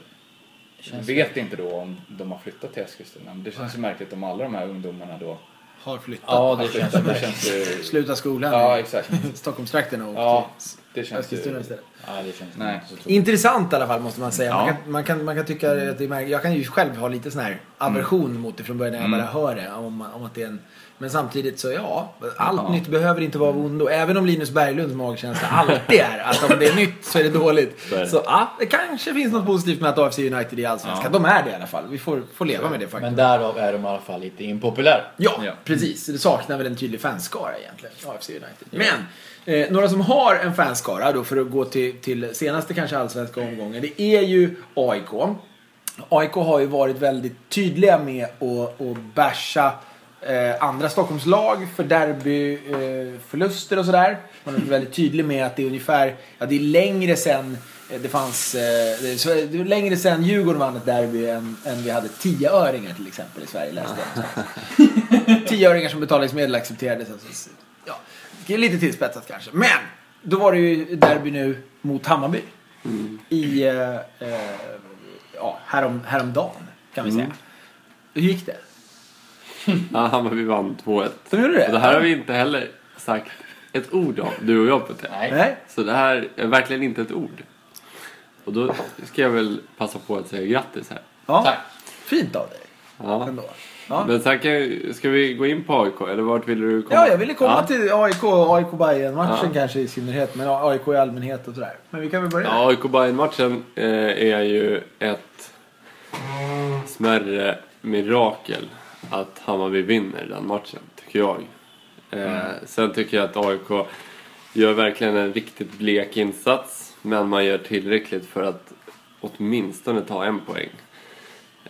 jag
Känns
vet inte då om de har flyttat till Eskilstuna. Men det känns ju märkligt om alla de här ungdomarna då
Har flyttat.
Ja, det känns ju verkligen.
Sluta skolan.
Ja, exakt.
Stockholmstrakten och åkt
Ja,
till
det känns ju-
Eskilstuna istället.
Nej, det känns
Nej.
inte så tråkigt.
Intressant i alla fall måste man säga. Man,
Ja.
kan, man, kan, man kan tycka att det är märkligt. Jag kan ju själv ha lite sån här aversion mot det från början när jag
Mm.
bara hör det. Om, om att det är en, men samtidigt så ja, allt
Ja.
nytt behöver inte vara av ondo. Även om Linus Berglunds magkänsla alltid är att om det är nytt så är det dåligt.
Så är det.
Så ja, det kanske finns något positivt med att AFC United är allsvenska.
Ja.
De är det i alla fall. Vi får, får leva med det faktiskt.
Men därav är de i alla fall lite impopulära.
Ja, precis. Det saknar väl en tydlig fanskara egentligen, AFC United. Men, eh, några som har en fanskara då för att gå till, till senaste kanske allsvenska omgången, det är ju AIK. AIK har ju varit väldigt tydliga med att, att basha eh, andra Stockholmslag för derbyförluster eh, förluster och sådär. Man är väldigt tydlig med att det är ungefär, ja det är längre sen eh, det fanns, eh, det är så- det är längre sen Djurgården vann ett derby än, än vi hade tioöringar till exempel i Sverige läste jag. Tioöringar som betalningsmedel accepterades. Alltså, ja, det är lite tillspetsat kanske. Men! Då var det ju derby nu mot Hammarby.
Mm.
I, eh, eh, ja, härom, häromdagen kan vi säga.
Mm.
Hur gick det?
Ja, Hammarby vann 2-1.
De gjorde det?
Och det här har vi inte heller sagt ett ord om, du och jag på det.
Nej.
Så det här är verkligen inte ett ord. Och då ska jag väl passa på att säga grattis här.
Ja. Fint av dig.
Ja.
Ja.
Men sen kan, jag- ska vi gå in på AIK, eller vart ville du komma?
Ja, jag ville komma
Ja.
till AIK och aik bayern matchen
Ja.
kanske i synnerhet. Men AIK i allmänhet och sådär. Men vi kan väl börja.
Ja, AIK Bayern matchen eh, är ju ett smärre mirakel att Hammarby vinner den matchen, tycker jag. Eh, Sen tycker jag att AIK gör verkligen en riktigt blek insats, men man gör tillräckligt för att åtminstone ta en poäng.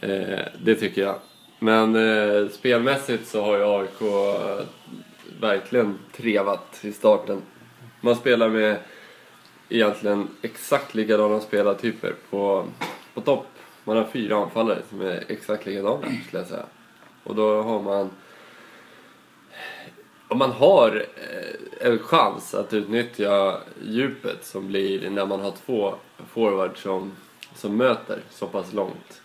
Eh, det tycker jag. Men eh, spelmässigt så har ju AIK eh, verkligen trevat i starten. Man spelar med egentligen exakt likadana spelartyper på, på topp. Man har fyra anfallare som är exakt likadana, skulle jag säga. Och då har man... Om man har eh, en chans att utnyttja djupet som blir när man har två forwards som, som möter så pass långt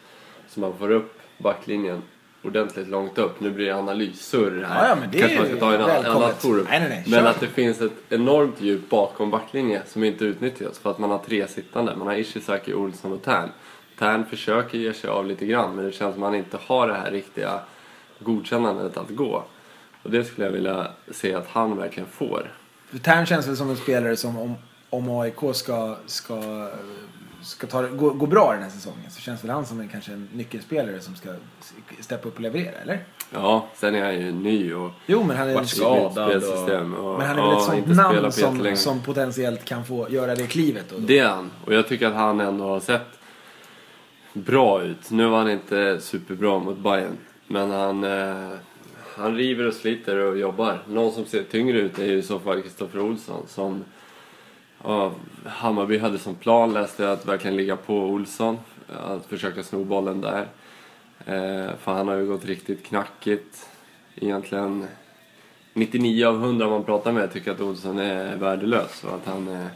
så man får upp backlinjen ordentligt långt upp. Nu blir det analyssurr här.
Ja, ja, men det
Kanske
är
man ska ta i en annan-
välkommet.
annat forum.
Nej, nej, nej,
men
kör.
att det finns ett enormt djup bakom backlinje som inte utnyttjas för att man har tre sittande. Man har Ishizaki, Olsson och Tern. Tern försöker ge sig av lite grann men det känns som att han inte har det här riktiga godkännandet att gå. Och det skulle jag vilja se att han verkligen får.
Tern känns väl som en spelare som om, om AIK ska, ska, ska ta, det- gå, gå bra den här säsongen så känns väl han som en, kanske en nyckelspelare som ska steppa upp och leverera, eller?
Ja, sen är han ju ny och
Jo, men han är
varit
skadad
i ett spelsystem och,
men han är
ja,
väl ett
inte spelat
sånt
på
namn som,
jättelänge.
som potentiellt kan få göra det klivet. Då.
Det är han. Och jag tycker att han ändå har sett bra ut. Nu var han inte superbra mot Bayern. Men han, eh, han river och sliter och jobbar. Någon som ser tyngre ut är ju i så fall Kristoffer Olsson som ja, Hammarby hade som plan, läste jag, att verkligen ligga på Olsson. Att försöka sno bollen där. Eh, för han har ju gått riktigt knackigt. Egentligen 99 av 100 man pratar med tycker att Olsson är värdelös. Och att han är...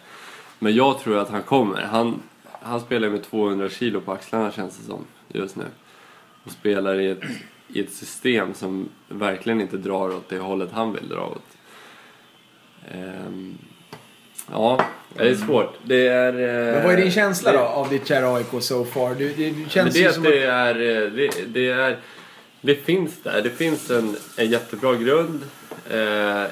Men jag tror att han kommer. Han, han spelar med 200 kilo på axlarna känns det som just nu. Och spelar i ett, i ett system som verkligen inte drar åt det hållet han vill dra åt. Ehm, ja, det är svårt. Det är... eh,
Men vad är din känsla
det-
då av ditt kära AIK so far? Du, det, det
men
känns
det,
ju
är
som
att det, är, eh, det, det är... Det finns där. Det finns en, en jättebra grund. Eh, ja,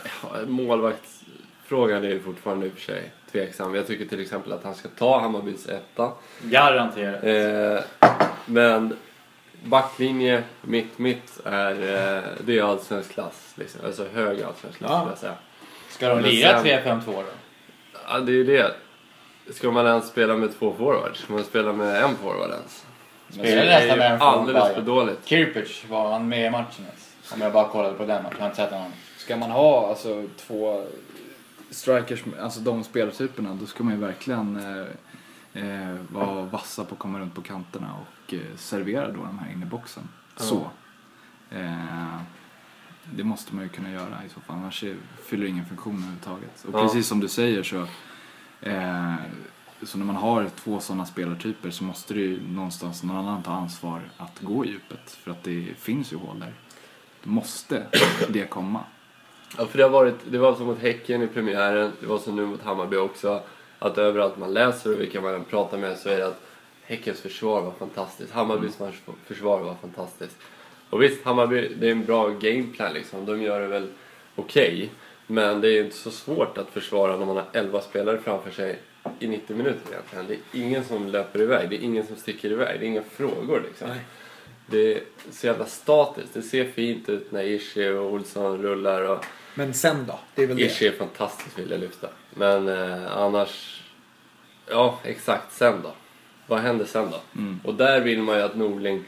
målvaktsfrågan är ju fortfarande i och för sig tveksam. Jag tycker till exempel att han ska ta Hammarbys etta.
Garanterat.
Eh, men backlinje, mitt, mitt är... Eh, det är allsvensk klass. Liksom. Alltså hög allsvensk klass
Ja.
skulle jag säga.
Ska de
Men
lira
sen-
3-5-2 då?
Ja, det är ju det. Ska man ens spela med två forwards? Ska man spela med en forward ens?
Spelar nästan med en forward
Alldeles
varje.
för dåligt.
Kirpic, var han med i matchen ens? Om jag bara kollade på den matchen. Jag har inte sett honom.
Ska man ha alltså två strikers, alltså de spelartyperna, då ska man ju verkligen eh, eh, vara vassa på att komma runt på kanterna och eh, servera då de här inne i boxen.
Ja.
Så. Eh, det måste man ju kunna göra i så fall, annars är- fyller det ingen funktion överhuvudtaget. Och
Ja.
precis som du säger så, eh, så när man har två sådana spelartyper så måste det ju någonstans någon annan ta ansvar att gå i djupet. För att det finns ju hål där. Då måste det komma.
Ja, för det, har varit, det var som mot Häcken i premiären, det var som nu mot Hammarby också. Att överallt man läser och vilka man än pratar med så är det att Häckens försvar var fantastiskt. Hammarbys förs- försvar var fantastiskt. Och visst, Hammarby, det är en bra gameplan liksom. De gör det väl okej. Men det är ju inte så svårt att försvara när man har 11 spelare framför sig i 90 minuter egentligen. Det är ingen som löper iväg, det är ingen som sticker iväg, det är inga frågor liksom. Det är så jävla statiskt. Det ser fint ut när Ishi och Olsson rullar och
Men sen då? Det är väl det.
Ishi är fantastiskt vill jag lyfta. Men eh, annars... Ja, exakt. Sen då? Vad händer sen då?
Mm.
Och där vill man ju att Norling...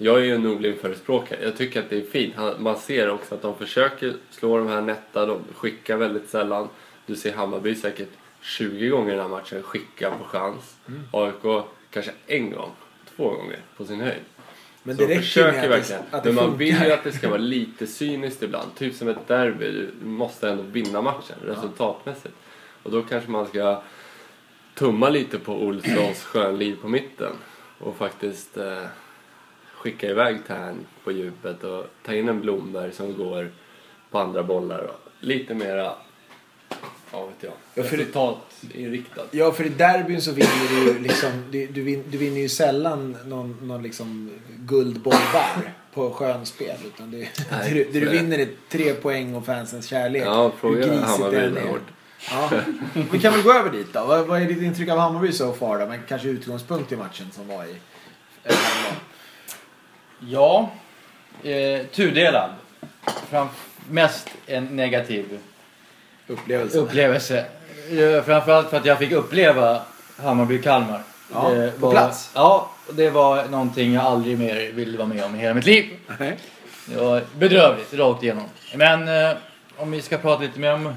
Jag är ju en Norling-förespråkare. Jag tycker att det är fint. Han, man ser också att de försöker slå de här nätta. De skickar väldigt sällan. Du ser Hammarby säkert 20 gånger i den här matchen skicka på chans.
Mm.
AIK kanske en gång, två gånger på sin höjd.
Men
Så
det
de
räcker med att
försöker
det-
verkligen.
att det
Men man vill ju
funkar.
att det ska vara lite cyniskt ibland. Typ som ett derby. Du måste ändå vinna matchen resultatmässigt. Och då kanske man ska tumma lite på Olssons skönliv på mitten. Och faktiskt eh, skicka iväg Tern på djupet och ta in en Blomberg som går på andra bollar. Och lite mera, ja vet jag,
Ja, för det-
resultatinriktat.
Ja, för i derbyn så vinner du ju liksom, du, du, vin, du vinner ju sällan någon, någon liksom guldbollar på skönspel. Utan det,
Nej,
det, du, det
så
du
är det.
vinner är tre poäng och fansens kärlek.
Ja, fråga
Hur grisigt
Hammarby
det
där
än är.
bort.
Ja. Vi kan väl gå över dit då. Vad, vad är ditt intryck av Hammarby så far då? Men kanske utgångspunkt i matchen som var i eh, häromdagen.
Ja, eh, tudelad. Fram, mest en negativ
Upplevelse.
upplevelse. Eh, Framförallt för att jag fick uppleva Hammarby-Kalmar. Eh,
Ja,
Det
på plats.
Ja, det var någonting jag aldrig mer ville vara med om i hela mitt liv.
Nej.
Det var bedrövligt rakt igenom. Men eh, om vi ska prata lite mer om...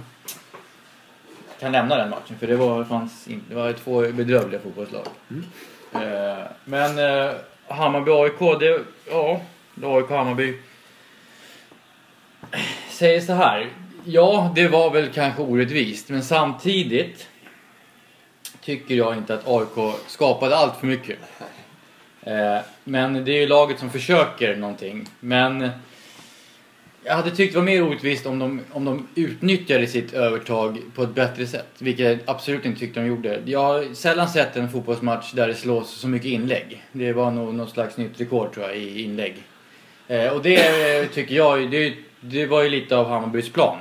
kan lämna den matchen för det var, fanns in, det var två bedrövliga fotbollslag.
Mm.
Eh, men eh, Hammarby-AIK, det... Ja, det var AIK-Hammarby. Säger så här. Ja, det var väl kanske orättvist men samtidigt tycker jag inte att AIK skapade allt för mycket. Eh, Men det är ju laget som försöker någonting. Men jag hade tyckt det var mer orättvist om de, om de utnyttjade sitt övertag på ett bättre sätt. Vilket jag absolut inte tyckte de gjorde. Jag har sällan sett en fotbollsmatch där det slås så mycket inlägg. Det var nog något slags nytt rekord tror jag i inlägg. Eh, Och det eh, tycker jag, det, det var ju lite av Hammarbys plan.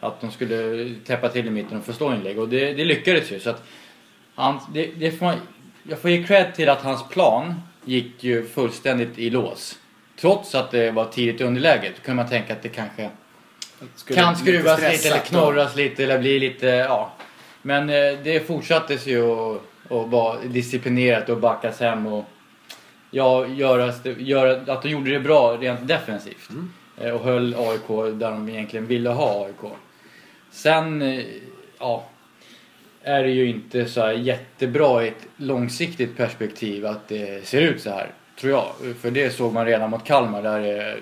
Att de skulle täppa till i mitten och få slå inlägg. Och det, det lyckades ju. Så att han, det, det får man, jag får ge cred till att hans plan gick ju fullständigt i lås. Trots att det var tidigt underläge så kunde man tänka att det kanske kan skruvas lite, eller knorras lite eller bli lite, ja. Men eh, det fortsattes ju att att vara disciplinerat och backas hem och ja, göras, göra, att de gjorde det bra rent defensivt.
Mm.
Eh, Och höll AIK där de egentligen ville ha AIK. Sen, eh, ja, är det ju inte så här jättebra i ett långsiktigt perspektiv att det ser ut så här. Tror jag. För det såg man redan mot Kalmar där det,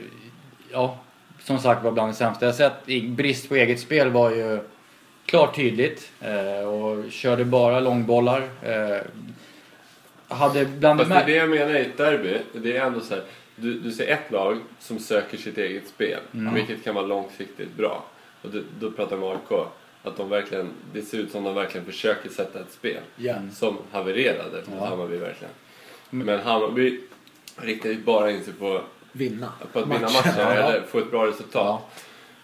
ja, som sagt var bland det sämsta jag sett. I- Brist på eget spel var ju klart tydligt eh, och körde bara långbollar. eh, Hade bland
Fast det är det
de
jag menar i ett derby. Det är ändå så här, du, du ser ett lag som söker sitt eget spel,
Mm.
vilket kan vara långsiktigt bra. Och du, då pratar vi om AIK. Att de verkligen, det ser ut som de verkligen försöker sätta ett spel. Som havererade mot Hammarby verkligen. Men Hammarby riktar ju bara in sig på,
Vinna.
på att vinna matcher eller få ett bra resultat.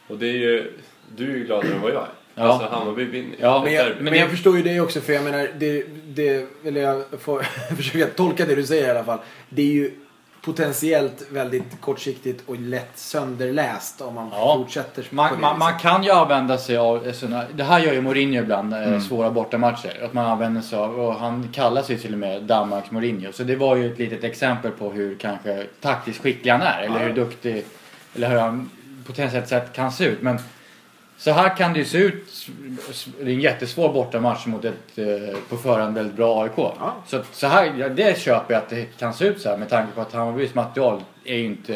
Och det är ju, du är ju gladare än vad jag är.
Ja.
Alltså Hammarby vinner
Ja,
ett
Men jag,
derby.
men jag förstår ju dig också för jag menar, det, det, eller jag får försöka tolka det du säger i alla fall. Det är ju potentiellt väldigt kortsiktigt och lätt sönderläst om man
Ja.
fortsätter på
man,
det liksom.
man, man
viset.
kan ju använda sig av sådana, det här gör ju Mourinho ibland, mm. svåra bortamatcher. Att man använder sig av, och han kallas ju till och med Danmarks Mourinho. Så det var ju ett litet exempel på hur kanske taktiskt skicklig han är. Eller hur duktig, eller hur han potentiellt sett kan se ut. Men så här kan det ju se ut. Det är en jättesvår bortamatch mot ett eh, på förhand väldigt bra AIK. Så, att så här, ja, det köper jag att det kan se ut så här med tanke på att Hammarbys material är ju inte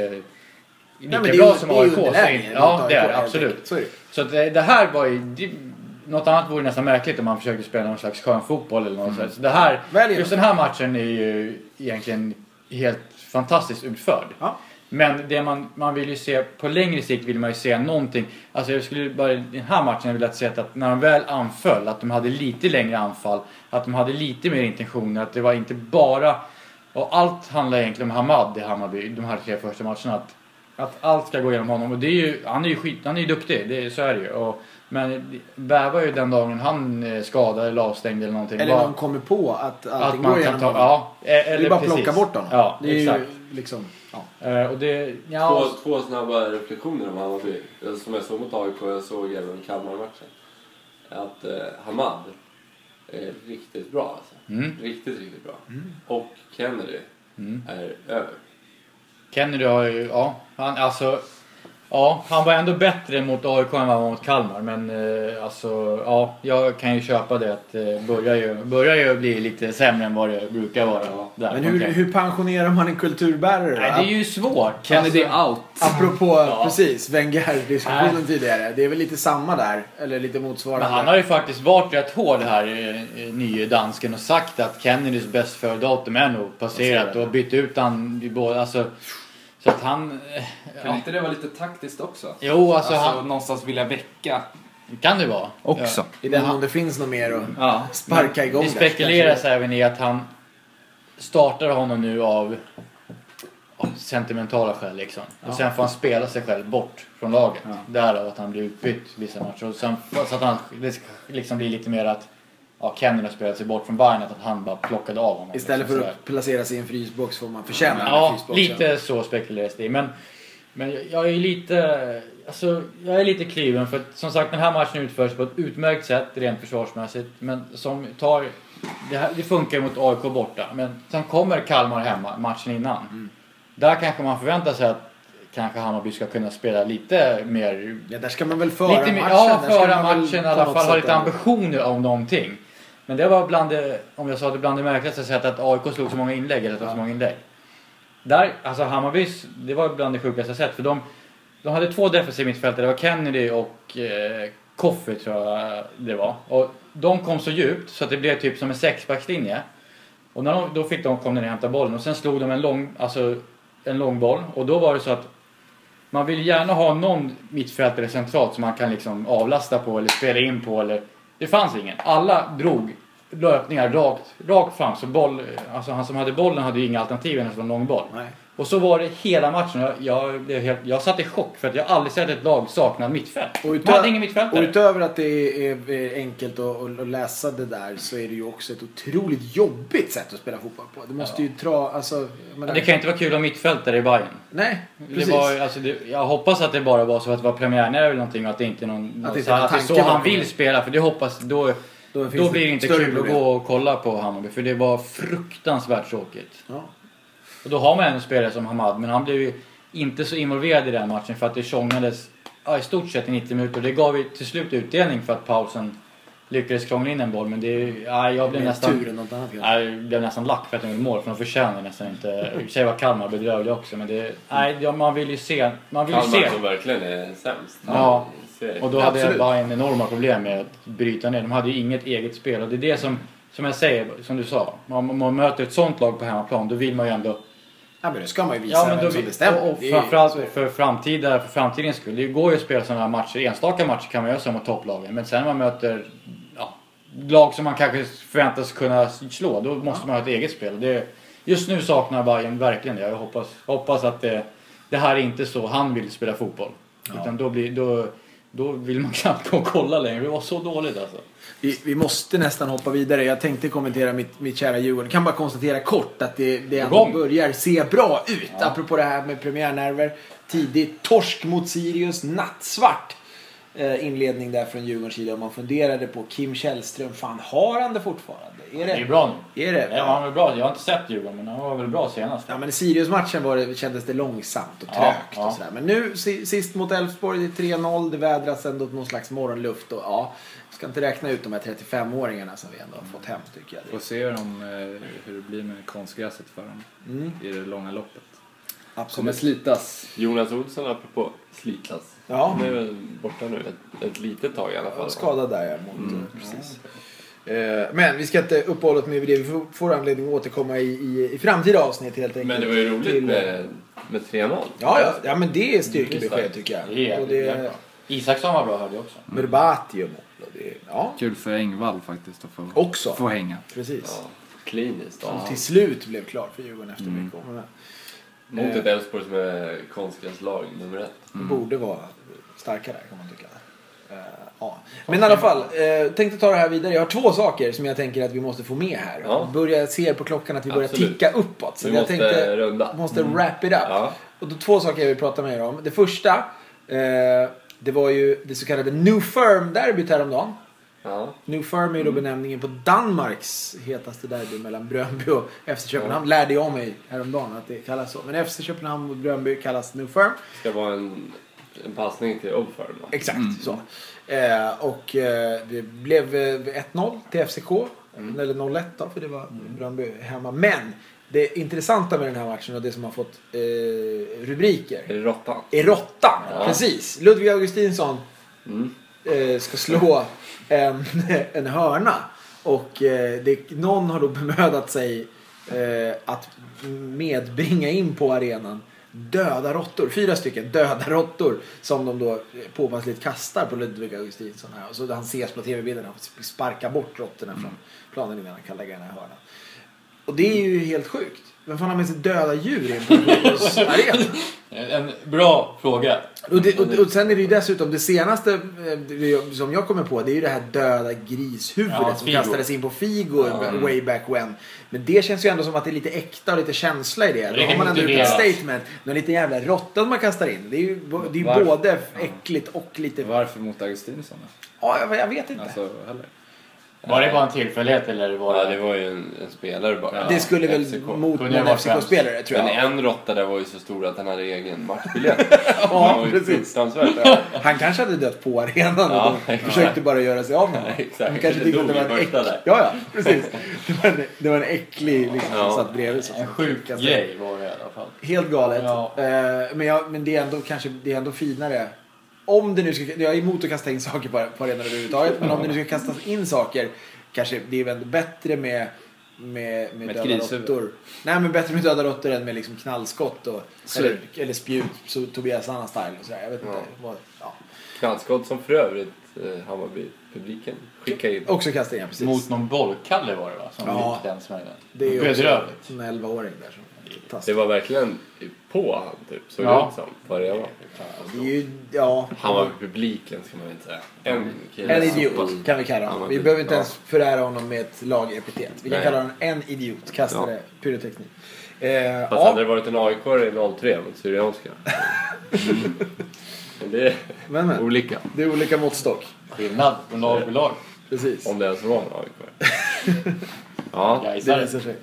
lika
men det är
bra
ju-
som
det är ju
AIK. så
underläge
in-
mot
Ja, det
AIK,
är det,
helt
absolut.
enkelt. Så är det.
Så att det, det här var ju... Det, något annat vore nästan märkligt om man försökte spela någon slags skön fotboll eller
Mm.
något sånt. Så det här,
Väljer
just
de.
den här matchen är ju egentligen helt fantastiskt utförd.
Ja.
Men det man, man vill ju se, på längre sikt vill man ju se någonting. Alltså jag skulle bara i den här matchen ha velat se att när de väl anföll, att de hade lite längre anfall. Att de hade lite mer intentioner, att det var inte bara... Och allt handlar egentligen om Hamad i Hammarby, de här tre första matcherna. Att, att allt ska gå genom honom och det är ju, han är ju skit, han är ju duktig, det, är- så är det ju. Och, men bävar ju den dagen han eh, skadade eller avstängd eller någonting.
Eller
Bara-
någon kommer på att
att
allting går
man kan
igenom
ta,
honom.
ja, e-
det
eller
är bara att
precis.
plocka bort honom.
Ja,
det är
exakt.
ju liksom... Ja.
Eh, och det,
Två,
ja,
två snabba reflektioner om Hammarby. Alltså, Som jag såg mot AIK och jag såg även Kalmar-matchen. Att eh, Hamad är riktigt bra alltså.
Mm.
Riktigt, riktigt bra. Och Kennedy är över.
Kennedy har ju, ja, han, alltså, ja, han var ändå bättre mot AIK än vad han var mot Kalmar. Men eh, alltså, ja, jag kan ju köpa det att eh, börjar ju, börjar ju bli lite sämre än vad det brukar vara. Där,
Men hur,
omkring.
hur pensionerar man en kulturbärare då?
Nej, det är ju svårt.
Kennedy
Alltså,
out.
Apropå precis, Wenger-diskussionen tidigare. Det är väl lite samma där. Eller lite motsvarande.
Men han har ju faktiskt varit rätt hård här, eh, eh, nye dansken, och sagt att Kennedys bäst före-datum är nog passerat och bytt ut han i båda. Alltså, så att han... eh,
Kan
Ja.
inte det vara lite taktiskt också?
Jo, alltså,
Alltså,
han...
någonstans vilja väcka
Kan det vara.
också.
I den mån det finns något mer att
Ja.
sparka igång
Det
där.
spekuleras även i att han startar honom nu av av sentimentala skäl liksom. Och sen får han spela sig själv bort från laget. Därav att han blir utbytt vissa matcher. Och sen, så att han, det ska liksom blir lite mer att ja, Kenyon har spelat sig bort från Vine att han bara plockade av honom.
Istället
liksom,
för
sådär.
att placeras i en frysbox får man förtjäna en
Ja,
frysbox.
lite så spekuleras det i. Men, men jag är lite... Alltså, jag är lite kluven för att som sagt den här matchen utförs på ett utmärkt sätt rent försvarsmässigt. Men som tar... Det, här, det funkar mot AIK borta. Men sen kommer Kalmar hemma matchen innan. Där kanske man förväntar sig att kanske Hammarby ska kunna spela lite mer
Ja, där ska man väl föra
lite, mer-
matchen.
Ja,
där ska
föra
man väl
matchen i
på
alla
något
fall. Ha
sätt
lite
där.
ambitioner om någonting. Men det var bland det, om jag sa det, bland det märkligaste sättet att AIK slog så många inlägg. Eller att det var så många inlägg. Där, alltså Hammarbys, det var bland det sjukaste jag sett. För de, de hade två defensiva mittfältare. Det var Kennedy och eh, Koffe tror jag det var. Och de kom så djupt så att det blev typ som en sexbackslinje. Och när de, då fick de, kom de ner och hämtade bollen och sen slog de en lång, alltså en lång boll. Och då var det så att man vill gärna ha någon mittfältare centralt som man kan liksom avlasta på eller spela in på. Eller... Det fanns ingen. Alla drog löpningar rakt, rakt fram. Så boll, alltså han som hade bollen hade ju inga alternativ än en lång boll. Och så var det hela matchen. Jag, jag, blev helt, jag satt i chock för att jag aldrig sett ett lag sakna mittfält.
Och
De
utöver,
hade ingen
och
mittfältare.
utöver att det är är enkelt att, att att läsa det där så är det ju också ett otroligt jobbigt sätt att spela fotboll på. Det måste ju tra... Alltså, jag menar-
Det kan ju inte vara kul att ha mittfältare i Bayern.
Nej, precis.
Det var, alltså, det, jag hoppas att det bara var så att det var premiärnära eller någonting och att det inte är någon...
Att
Att
det
det, så,
inte är
att det är så
tanken
han
bakom
vill
det.
spela för det hoppas... Då,
Då
då,
finns det
blir det inte
större
kul
problem.
att gå och kolla på Hammarby för det var fruktansvärt tråkigt.
Ja.
Och då har man en spelare som Hamad men han blev ju inte så involverad i den matchen för att det tjongades ja, i stort sett i 90 minuter och det gav ju till slut utdelning för att pausen lyckades krångla in en boll men det är ju- ja, jag blev
Mer
nästan...
tur än något annat kanske.
Nej, jag blev nästan lack för att de gjorde mål, för de förtjänar nästan inte... I och för sig var Kalmar bedrövliga också, men det... Nej, ja, man vill ju se. Man vill ju se.
Kalmar som verkligen är sämst.
Ja.
i serien.
Och då hade
Absolut.
Bayern enorma problem med att bryta ner. De hade ju inget eget spel och det är det som, som jag säger, som du sa. Man, man möter ett sånt lag på hemmaplan, då vill man ju ändå...
Ja, men det ska man ju visa
Ja, men
vem
då
som
vill,
bestämmer.
och, och
Det är ju-
framförallt
så är det.
för, framtida, för framtidens skull. Det går ju att spela sådana här matcher. Enstaka matcher kan man göra så mot topplagen. Men sen när man möter ja, lag som man kanske förväntas kunna slå, då måste man ha ett eget spel. Det, just nu saknar Bayern verkligen det. Jag hoppas, hoppas att det, det här är inte så han vill spela fotboll. Utan då, blir, då, då vill man knappt gå och kolla längre. Det var så dåligt alltså.
Vi, vi måste nästan hoppa vidare. Jag tänkte kommentera mitt, mitt kära Djurgården. Kan bara konstatera kort att det, det ändå
Igång.
börjar se bra ut. Apropå det här med premiärnerver. Tidigt torsk mot Sirius. Nattsvart eh, inledning där från Djurgårdens sida. Och man funderade på Kim Källström. Fan, har han det fortfarande? Är
Det är bra nu.
Är det?
Nej, han var bra. Jag har inte sett Djurgården, men han var väl bra senast.
Ja, men i Sirius-matchen var det, kändes det långsamt och
Ja,
trögt
ja.
och sådär. Men nu si- sist mot Elfsborg, det är 3-0, det vädras ändå någon slags morgonluft och ja. jag Ska inte räkna ut de här 35-åringarna som vi ändå har fått hem tycker jag.
Får
Det,
se hur, de, eh, hur det blir med konstgräset för dem i det långa loppet. Kommer
absolut.
slitas.
Jonas Olsson apropå slitas.
Ja.
Han är väl borta nu ett, ett litet tag i alla fall.
Ja, skadad där ja. Mot,
Mm.
precis. Eh, Men vi ska inte uppehålla oss med det. Vi får- får anledning att återkomma i, i, i framtida avsnitt helt enkelt.
Men det var ju roligt
Till-
med, med 3-0.
Ja, ja, ja, men det är
Just
styrkebesked
det.
tycker jag.
Det är
och det
jävligt
är
bra. Isaksson var bra hörde jag också.
Merbatio mål. Och det är, ja,
Kul för Engvall faktiskt att få,
Också.
få hänga.
precis.
Ja, kliniskt.
Som
Ja.
till slut blev klart för Djurgården efter mycket om och
Mm.
men.
Mot ett Elfsborg som är konstgräslag nummer ett.
Det borde vara starkare kan man tycka. Eh, ja. Men i alla fall, eh, tänkte ta det här vidare. Jag har två saker som jag tänker att vi måste få med här.
Ja.
Börja, ser på klockan att vi börjar
Absolut.
ticka uppåt. Så
Vi
jag
måste
tänkte,
runda.
måste wrap it up.
Ja.
Och då, två saker jag vill prata med er om. Det första, eh, det var ju det så kallade New Firm-derbyt häromdagen.
Ja.
New Firm är ju då benämningen på Danmarks hetaste derby mellan Brönby och FC Köpenhamn. Lärde jag mig häromdagen att det kallas så. Men FC Köpenhamn mot Brönby kallas New Firm.
Ska vara en, en passning till Obfern. va?
Exakt så. Eh, och eh, det blev eh, 1-0 till FCK. Eller 0-1 då, för det var Brönby hemma. Men det intressanta med den här matchen och det som har fått eh, rubriker
Är det Råttan?
är råttan.
Ja.
Precis. Ludvig Augustinsson
Mm.
eh, ska slå en, en hörna. Och eh, det, någon har då bemödat sig eh, att medbringa in på arenan döda råttor. Fyra stycken döda råttor som de då eh, påpassligt kastar på Ludvig Augustinsson här. Och så han ses på tv-bilden och sparkar bort råttorna från planen innan han kan lägga den här hörnan. Och det är ju helt sjukt. Vem fan har med sig döda djur in på en fotbollsarena?
En bra fråga.
Och, det, och, och sen är det ju dessutom det senaste eh, det- som jag kommer på det är ju det här döda grishuvudet
Ja,
som
Figo.
kastades in på Figo way back when. Men det känns ju ändå som att det är lite äkta och lite känsla i det. Då
Det är
har man ändå gjort ett
motiverat.
statement. Någon liten jävla råtta som man kastar in. Det är ju, bo- det är ju
Varför?
både äckligt och lite...
Varför mot Augustinsson? då?
Ja, jag, jag vet inte.
Alltså, heller.
Var det bara en tillfällighet eller var
Ja,
det...
det var ju en, en spelare bara.
det skulle väl
FCK.
mot
Kunde ju
någon
vara främst.
FCK-spelare tror
Men
jag.
en råtta där var ju så stor att han hade egen matchbiljett. ja, var ju
precis.
fruktansvärt. Ja,
Han kanske hade dött på arenan
Ja,
och de
exakt.
försökte bara göra sig av med honom.
exakt.
De kanske
Det
tyckte att det
dog
var
i
en äck...
första
Ja,
där.
ja, precis. Det var en, det var en äcklig liksom, som
Ja.
satt bredvid. Så.
En sjuk grej var det i alla fall.
Helt galet.
Ja.
Eh, men, jag, men det är ändå kanske det är ändå finare. Om det nu ska, jag är emot att kasta in saker på, på arenan överhuvudtaget. Men om det nu ska kastas in saker. Kanske det är väl bättre med, med, med,
ett
döda
grishuvud.
råttor. Nej men bättre med döda råttor än med liksom knallskott och,
Så-
eller, eller spjut. Så, Tobias Anna style och sådär. Jag vet inte. Vad, ja.
Knallskott som för övrigt eh, Hammarby-publiken skickade in.
Också kasta in, ja, precis.
Mot någon bollkalle var det va? Som
Ja.
fick den smällen.
det är ju också
Bedrövligt.
en 11-åring där som
Det
taskar.
var verkligen på han typ, såg det
Ja.
ut som. Vad det var.
Det är ju, ja.
Hammarby-publiken ska man inte säga. En kille.
En idiot kan vi kalla honom.
Hammarby.
Vi behöver inte
Ja.
ens förära honom med ett lagepitet. Vi kan
Nej.
kalla honom en idiot, kastare,
Ja.
pyroteknik. Eh, ja,
Fast hade det varit en aik i 03 mot Syrianska. Men det är
men, men,
olika.
det är olika måttstock.
Skillnad från lag till lag.
Precis.
Om det ens var en aik Ja,
Det
Gaisare.
visar sig.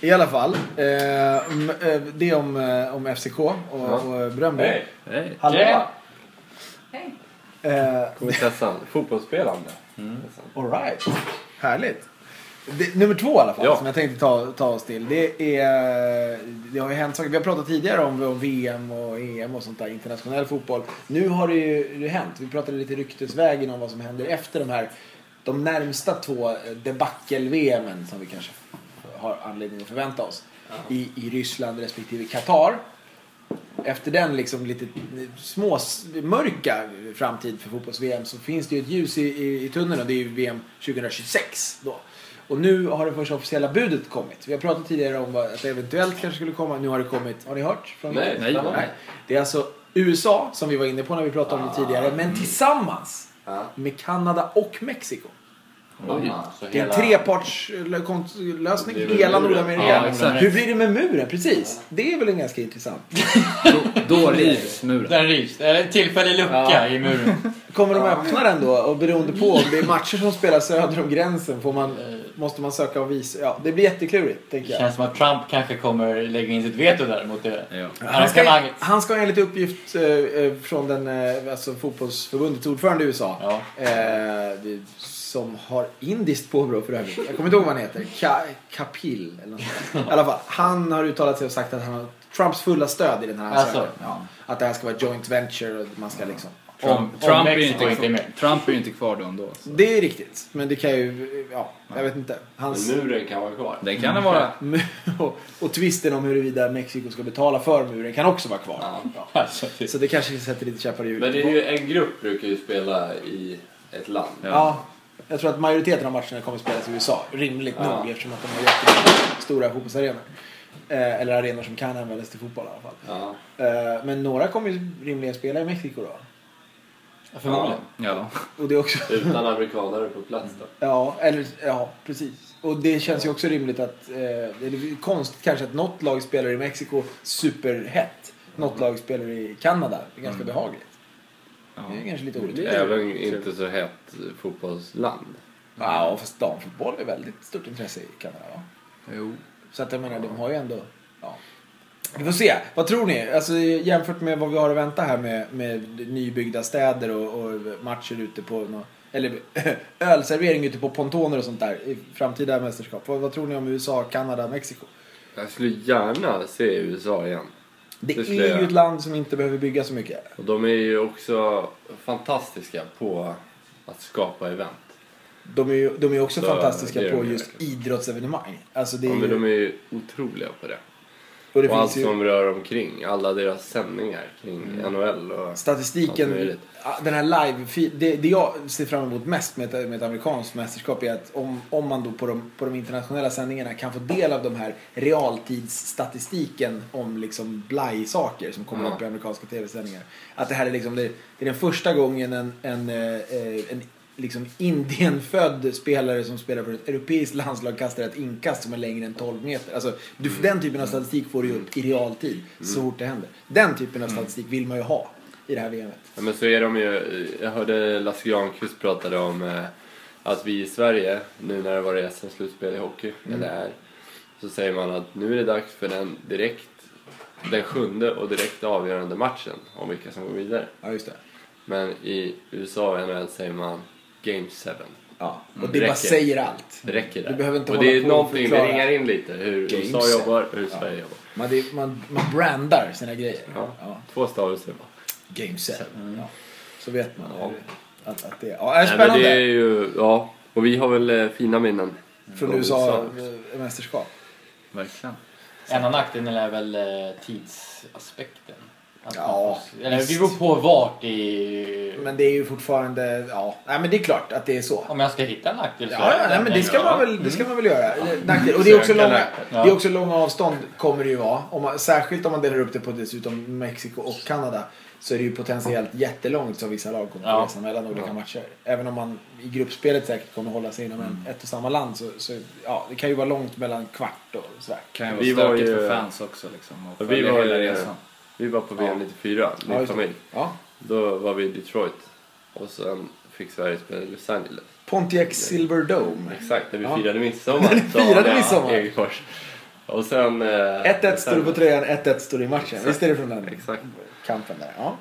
I alla fall, eh, om, eh, det om, eh, om FCK och, och Bröndby.
nej.
Hej.
Hallå!
Yeah.
Eh,
Kommer Tessan. Fotbollsspelande. Tessan.
Alright. Härligt. Det, nummer två i alla fall
Ja.
som jag tänkte ta, ta oss till. Det, är, det har ju hänt saker. Vi har pratat tidigare om, om VM och EM och sånt där. Internationell fotboll. Nu har det ju det hänt. Vi pratade lite ryktesvägen om vad som händer efter de här de närmsta två debacle-VMen som vi kanske har anledning att förvänta oss. I, i Ryssland respektive Qatar efter den liksom lite små, mörka framtid för fotbolls-VM så finns det ju ett ljus i, i, i tunneln och det är ju VM 2026 då. Och nu har det första officiella budet kommit. Vi har pratat tidigare om vad, att det eventuellt kanske skulle komma. Nu har det kommit. Har ni hört? Från
Nej,
det?
nej.
nej. Det är alltså USA, som vi var inne på när vi pratade om det tidigare, men tillsammans med Kanada och Mexiko.
Så
Det är en
hela...
trepartslösning.
Det är väl
Hela
muren.
Nordamerika.
Ja, exakt.
Hur blir det med muren? Precis. Det är väl en ganska intressant.
Då rivs muren.
Den rivs. Eller en tillfällig lucka i muren.
Kommer de öppna den då? Och beroende på om det är matcher som spelas söder om gränsen får man,
Eh.
måste man söka och visa. Ja, det blir jätteklurigt tänker
Det
jag.
känns som att Trump kanske kommer lägga in sitt veto där mot det
Ja.
Han ska,
arrangemanget.
han ska enligt uppgift eh, eh, från den, eh, alltså fotbollsförbundets ordförande i USA.
Ja.
Eh, det- som har indiskt påbrå för övrigt. Jag kommer inte ihåg vad han heter. Ka- Kapil eller något sånt. I alla fall, han har uttalat sig och sagt att han har Trumps fulla stöd i den här ansökan.
Alltså.
Ja. Att det här ska vara joint venture och man ska liksom...
Om,
Trump,
om
Trump, är ju
Mexiko
inte
inte är med.
kvar, Trump är ju inte kvar då ändå. Så.
Det är riktigt. Men det kan ju, ja, jag vet inte. Hans...
Men muren kan vara kvar.
Det kan det vara.
Mm. och, och tvisten om huruvida Mexiko ska betala för muren kan också vara kvar. Ja.
Alltså,
Så det kanske sätter lite käppar i
Men
hjulet.
det är ju, en grupp brukar ju spela i ett land.
Ja, jag tror att majoriteten av matcherna kommer att spelas i USA. Rimligt nog eftersom att de har jättestora fotbollsarenor. Eh, eller arenor som kan användas till fotboll i alla fall.
Ja.
Eh, men några kommer ju rimligen spela i Mexiko då.
förmodligen.
Ja.
Och det är också...
Utan amerikanare på plats då.
Ja, eller ja, precis. Och det känns ju också rimligt att, eh, det är konstigt kanske att något lag spelar i Mexiko superhett. Något lag spelar i Kanada. Det är ganska behagligt. Mm. Det är kanske lite orättvist.
Även inte så hett fotbollsland.
Ja, fast damfotboll är väldigt stort intresse i Kanada va?
Jo.
Så att jag menar, de har ju ändå... Ja. Vi får se. Vad tror ni? Alltså, jämfört med vad vi har att vänta här med, med nybyggda städer och, och matcher ute på... nå- Eller ölservering ute på pontoner och sånt där i framtida mästerskap. Vad, vad tror ni om USA, Kanada, Mexiko?
Jag skulle gärna se USA igen.
Det,
Det skulle
är
jag.
ju ett land som inte behöver bygga så mycket.
Och de är ju också fantastiska på att skapa event.
De är ju de är ju också
Så,
fantastiska
det är
på
de ju
just
verkligen.
idrottsevenemang. Alltså, det är
Ja, men
ju...
de är ju otroliga på det.
Och det
och allt
finns ju
som rör omkring. Alla deras sändningar kring
Mm.
NHL och... Allt
Statistiken,
möjligt.
ah, den här live det, det jag ser fram emot mest med ett, med ett amerikanskt mästerskap är att om, om man då på de, på de internationella sändningarna kan få del av de här realtidsstatistiken om liksom blajsaker som kommer upp i amerikanska tv-sändningar. Att det här är liksom, det, det är den första gången en, en, eh, eh, en liksom Indienfödd spelare som spelar för ett europeiskt landslag kastar ett inkast som är längre än 12 meter. Alltså, du, Den typen av statistik får du ju upp i realtid så fort det händer. Den typen av statistik vill man ju ha i det här VMet.
Ja, men så är de ju, jag hörde Lasse Granqvist pratade om eh, att vi i Sverige, nu när det var SM-slutspel i hockey,
Mm.
eller är, så säger man att nu är det dags för den direkt, den sjunde och direkt avgörande matchen om vilka som går vidare.
Ja, just det.
Men i USA och NHL säger man Game 7.
Ja. Och det
Mm, räcker.
bara säger allt.
Det räcker där.
Du behöver inte
och
hålla
det är
på och
någonting, det
förklara.
ringar in lite hur
Game
USA
seven.
jobbar hur Sverige jobbar.
Man, det, man, man brandar sina grejer.
Ja.
Ja.
Två stavelser bara.
Game set. Ja. Så vet man
Ja.
hur, att, att det ja, är
Nej, men
spännande.
det är ju, ja. Och vi har väl eh, fina minnen.
Från
från
USA
USA.
eh, mästerskap.
Verkligen.
En av nackdelarna är väl eh, tidsaspekten. Att
Ja,
man får- Eller
visst.
det beror på vart i...
Men det är ju fortfarande, ja. Nej men det är klart att det är så.
Om jag ska hitta en nackdel så
Ja,
är
ja nej, men det ska,
ja.
man väl, det ska man väl göra. Nackdel. Och det är också
Söka
långa, det
läkare.
är också långa avstånd kommer det ju vara. Om man, särskilt om man delar upp det på dessutom Mexiko och Kanada. Så är det ju potentiellt jättelångt som vissa lag kommer att
Ja.
resa mellan olika matcher. Även om man i gruppspelet säkert kommer hålla sig inom en, ett och samma land så, så ja, det kan ju vara långt mellan kvart och sådär.
Kan ju vara
Vi var
stökigt
ju-
för fans också liksom. Och
Ja, vi
följa
var
hela
ju-
resan.
Vi var på VM 94,
Ja,
min
just det.
familj.
Ja.
Då var vi i Detroit. Och sen fick Sverige spela i Los Angeles.
Pontiac Silver Dome.
Exakt, när vi
Ja.
firade midsommar.
När ni
sa
firade
jag
midsommar.
Egefors. Och sen... eh,
1-1 står det på
sen-
tröjan, 1-1 står det i matchen. Visst är det från den
Exakt.
kampen där? Ja,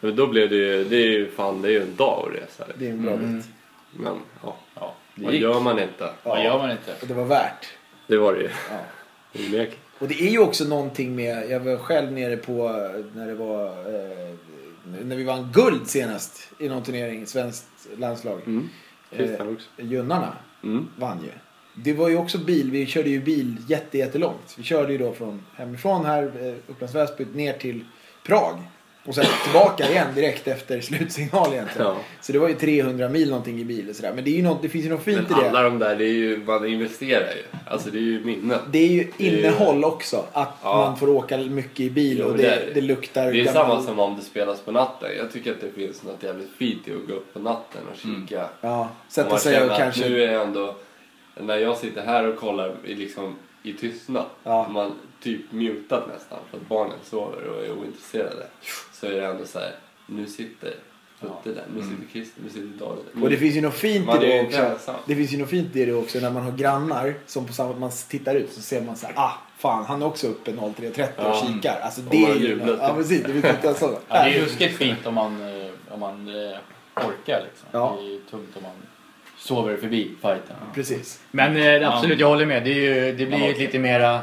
Men då blev det ju... Det är ju fan, det är ju en dag att resa.
det är en bra bit.
Men ja,
Ja,
vad
det gick.
gör man inte?
Vad gör man inte?
Och det var värt.
Det var det ju.
Ja.
Onekligen.
Och det är ju också någonting med, jag var själv nere på när det var, eh, när vi vann guld senast i någon turnering, svenskt landslag.
Mm. Kristian
Eh,
också.
Junnarna
Mm.
vann ju. Det var ju också bil, vi körde ju bil jätte, jättelångt. Vi körde ju då från hemifrån här, eh, Upplands Väsby, ner till Prag. Och sen tillbaka igen direkt efter slutsignal egentligen.
Ja.
Så det var ju 300 mil någonting i bil och sådär. Men det, är ju något, det finns ju något fint
Men
i det.
alla de där, det är ju... Man investerar ju. Alltså det är ju minnen.
Det är ju
är ju-
innehåll också. Att
Ja.
man får åka mycket i bil
Jo,
och
det
det,
är det.
det luktar
Det är
gammal-
samma som om det spelas på natten. Jag tycker att det finns något jävligt fint i att gå upp på natten och kika.
Ja,
Om
sätta
man
sig
känner
och
att
kanske...
nu är jag ändå... När jag sitter här och kollar i, liksom, i tystnad.
Ja.
Man typ mutat nästan för att barnen sover och är ointresserade. Så är det ändå så här. Nu sitter Putte där. Nu sitter Christer. Nu sitter David där.
Och det finns ju något fint i
Man är
det
ju inte
också.
ensam.
Det finns ju något fint i det också när man har grannar som på samma man tittar ut så ser man så här, ah fan han är också uppe 03.30 och
Ja.
kikar. Alltså
Och
det
man
är ju... typ
jublar. typ.
Ja precis, det finns inte ens sådana.
Ja, det är ju ruskigt fint om man, eh, om man eh, orkar liksom.
Ja.
Det är tungt om man sover förbi fighten.
Precis.
Men eh, absolut, jag håller med. Det, är ju, det blir ju ett lite mera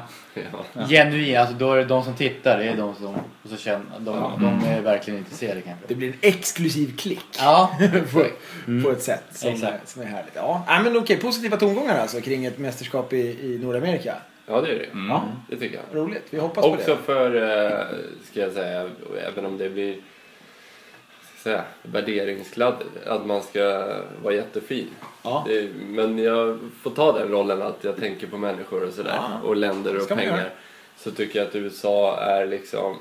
Ja.
genuint. Alltså, då är det de som tittar, det är de som... Och så känner, de, de är verkligen intresserade kanske.
Det blir en exklusiv klick.
Ja,
på, på
Mm.
ett sätt som,
Exakt.
som är härligt. Ja, Nej, men okej, positiva tongångar alltså kring ett mästerskap i, i Nordamerika.
ja, det är det.
Ja,
Det tycker jag.
roligt. Vi hoppas på det.
Också för, eh, ska jag säga, även om det blir ska jag säga, värderingskladd, att man ska vara jättefin.
Ja.
Det, men jag får ta den rollen att jag tänker på människor och sådär,
Ja.
och länder och
Ska man göra.
pengar. Så tycker jag att USA är liksom,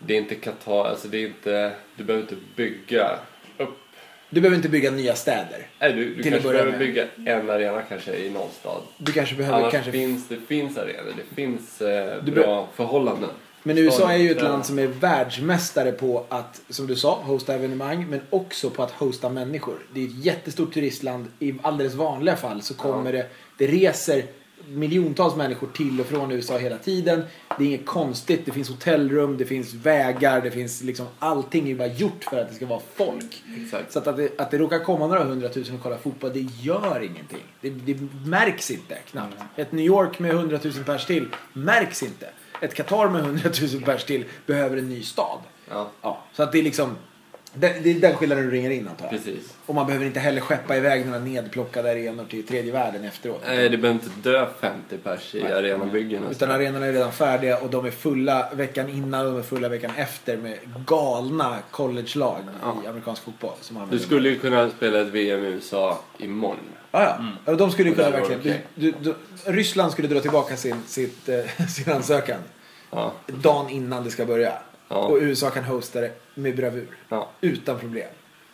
det är inte Qatar, alltså det är inte, du behöver inte bygga upp
Du behöver inte bygga nya städer.
Nej, du, du
Till att
kanske
börja
behöver
med.
bygga en arena kanske i någon stad.
Du kanske behöver
Annars
kanske...
finns det finns arenor, det finns eh,
Du
bra
be-
förhållanden.
Men USA är ju ett
Staden.
land som är världsmästare på att, som du sa, hosta evenemang men också på att hosta människor. Det är ett jättestort turistland. I alldeles vanliga fall så kommer det, det reser miljontals människor till och från USA hela tiden. Det är inget konstigt. Det finns hotellrum, det finns vägar, det finns liksom allting är ju bara gjort för att det ska vara folk.
Exakt.
Så att, att, det, att det råkar komma några hundratusen och kolla fotboll, det gör ingenting. Det, det märks inte knappt. Ett New York med hundratusen pers till märks inte. Ett Qatar med hundratusen pers till behöver en ny stad.
Ja.
Ja, så att det är liksom... Det, det är den skillnaden du ringer in antar jag.
Precis.
Och man behöver inte heller skeppa iväg några nedplockade arenor till tredje världen efteråt.
Nej, det behöver inte dö 50 pers i arenabyggen. alltså.
Utan arenorna är redan färdiga och de är fulla veckan innan och de är fulla veckan efter med galna collegelag i amerikansk fotboll. Som
Du
använder-
skulle ju kunna spela ett VM i USA imorgon.
Ja, ja. Ja, De skulle ju
Mm. Och
kunna
där var det
verkligen...
okej.
Du, du, du, Ryssland skulle dra tillbaka sin, sitt, eh, sin ansökan
Ja.
dagen innan det ska börja.
Ja.
Och USA kan hosta det med bravur.
Ja.
Utan problem.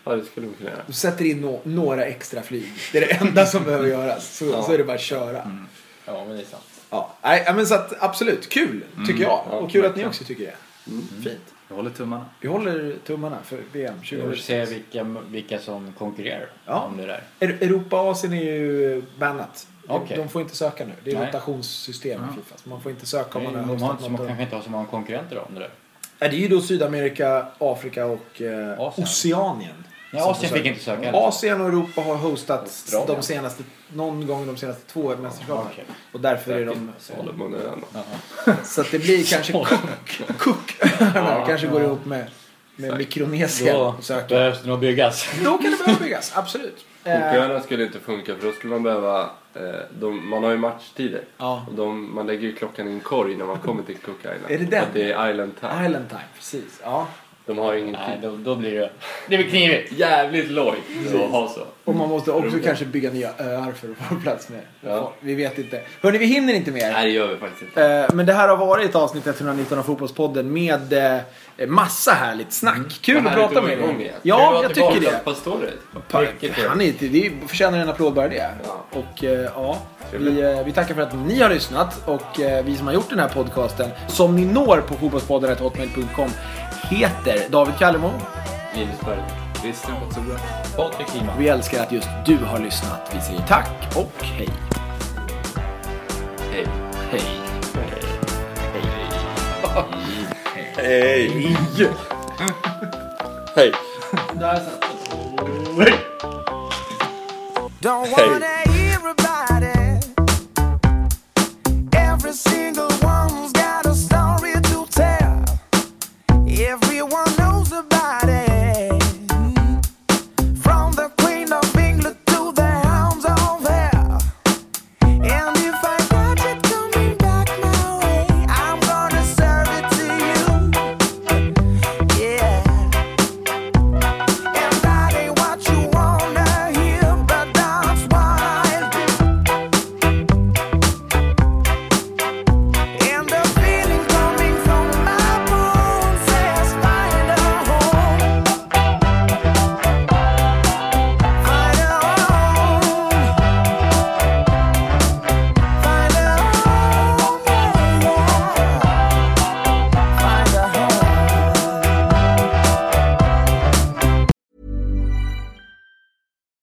ja, det skulle de kunna göra.
Du sätter in nå- några extra flyg. Det är det enda som behöver göras. Så, så är det bara att köra.
Mm. Ja, men det är sant.
Ja. Nej, ja, men så att, absolut. Kul,
Mm.
tycker jag. och kul att ni också tycker det.
Mm.
Fint.
Jag håller tummarna.
Vi håller tummarna för VM
Vi får
2026.
se vilka, vilka som konkurrerar
Ja.
om det där.
Er- Europa och Asien är ju bannat.
Okej.
De får inte söka nu. Det är
Nej.
rotationssystem i Fifa. Så man får inte söka om man har
de har
hostat
inte så
något
många,
av-
kanske inte har så många konkurrenter om det där.
Nej, det är ju då Sydamerika, Afrika och eh,
Asien.
Oceanien.
Nej,
Som
Asien
får
fick inte söka heller.
Asien och Europa har hostat
Australien.
de senaste, någon gång de senaste två mästerskapen.
okej.
Och därför är de...
Salomonöarna.
Så att det blir kanske Cook- Cooköarna. kanske går ihop med, med Mikronesien
Då
och söker.
behövs det nog byggas.
Då kan det börja byggas, absolut. Eh,
Konkurrenterna skulle inte funka för då skulle man behöva... Eh, de, man har ju matchtider.
Ja.
Och de, man lägger ju klockan i en korg när man kommer till Cook Island.
Är det den?
Att det är Island time.
Island time, precis. Ja.
De har ju ingen
Nej,
tid.
då, då blir det... Det blir knivigt.
Jävligt lojt att ha så.
Och man måste också
Roligt.
kanske bygga nya öar för att få plats med
Ja.
folk. Vi vet inte. Hörni, vi hinner inte mer.
Nej, det gör vi faktiskt inte.
Eh, Men det här har varit avsnitt 119 av Fotbollspodden med eh, massa härligt snack.
Mm.
Kul
Vad
att
härligt
prata
att
med
vara igång
er.
igen.
Kul att
Ja,
vara
jag tycker det.
Pastore. Mycket
Han är, det är- förtjänar en applåd bara det.
Ja.
Och eh, ja, vi, eh, vi tackar för att ni har lyssnat och eh, vi som har gjort den här podcasten som ni når på fotbollspodden.hotmail.com heter David Kallemo.
Linus Berg.
Christian Petsoura.
Patrik Himan.
Vi älskar att just du har lyssnat. Vi säger tack och hej.
Hej.
Hej.
Hej! Hej!
Don't
Hey.
wanna hear about it. Every single one's got a story to tell. Everyone knows about it. From the Queen of England to the hounds of hell. And if I got it coming back my way, I'm gonna serve it to you. Yeah.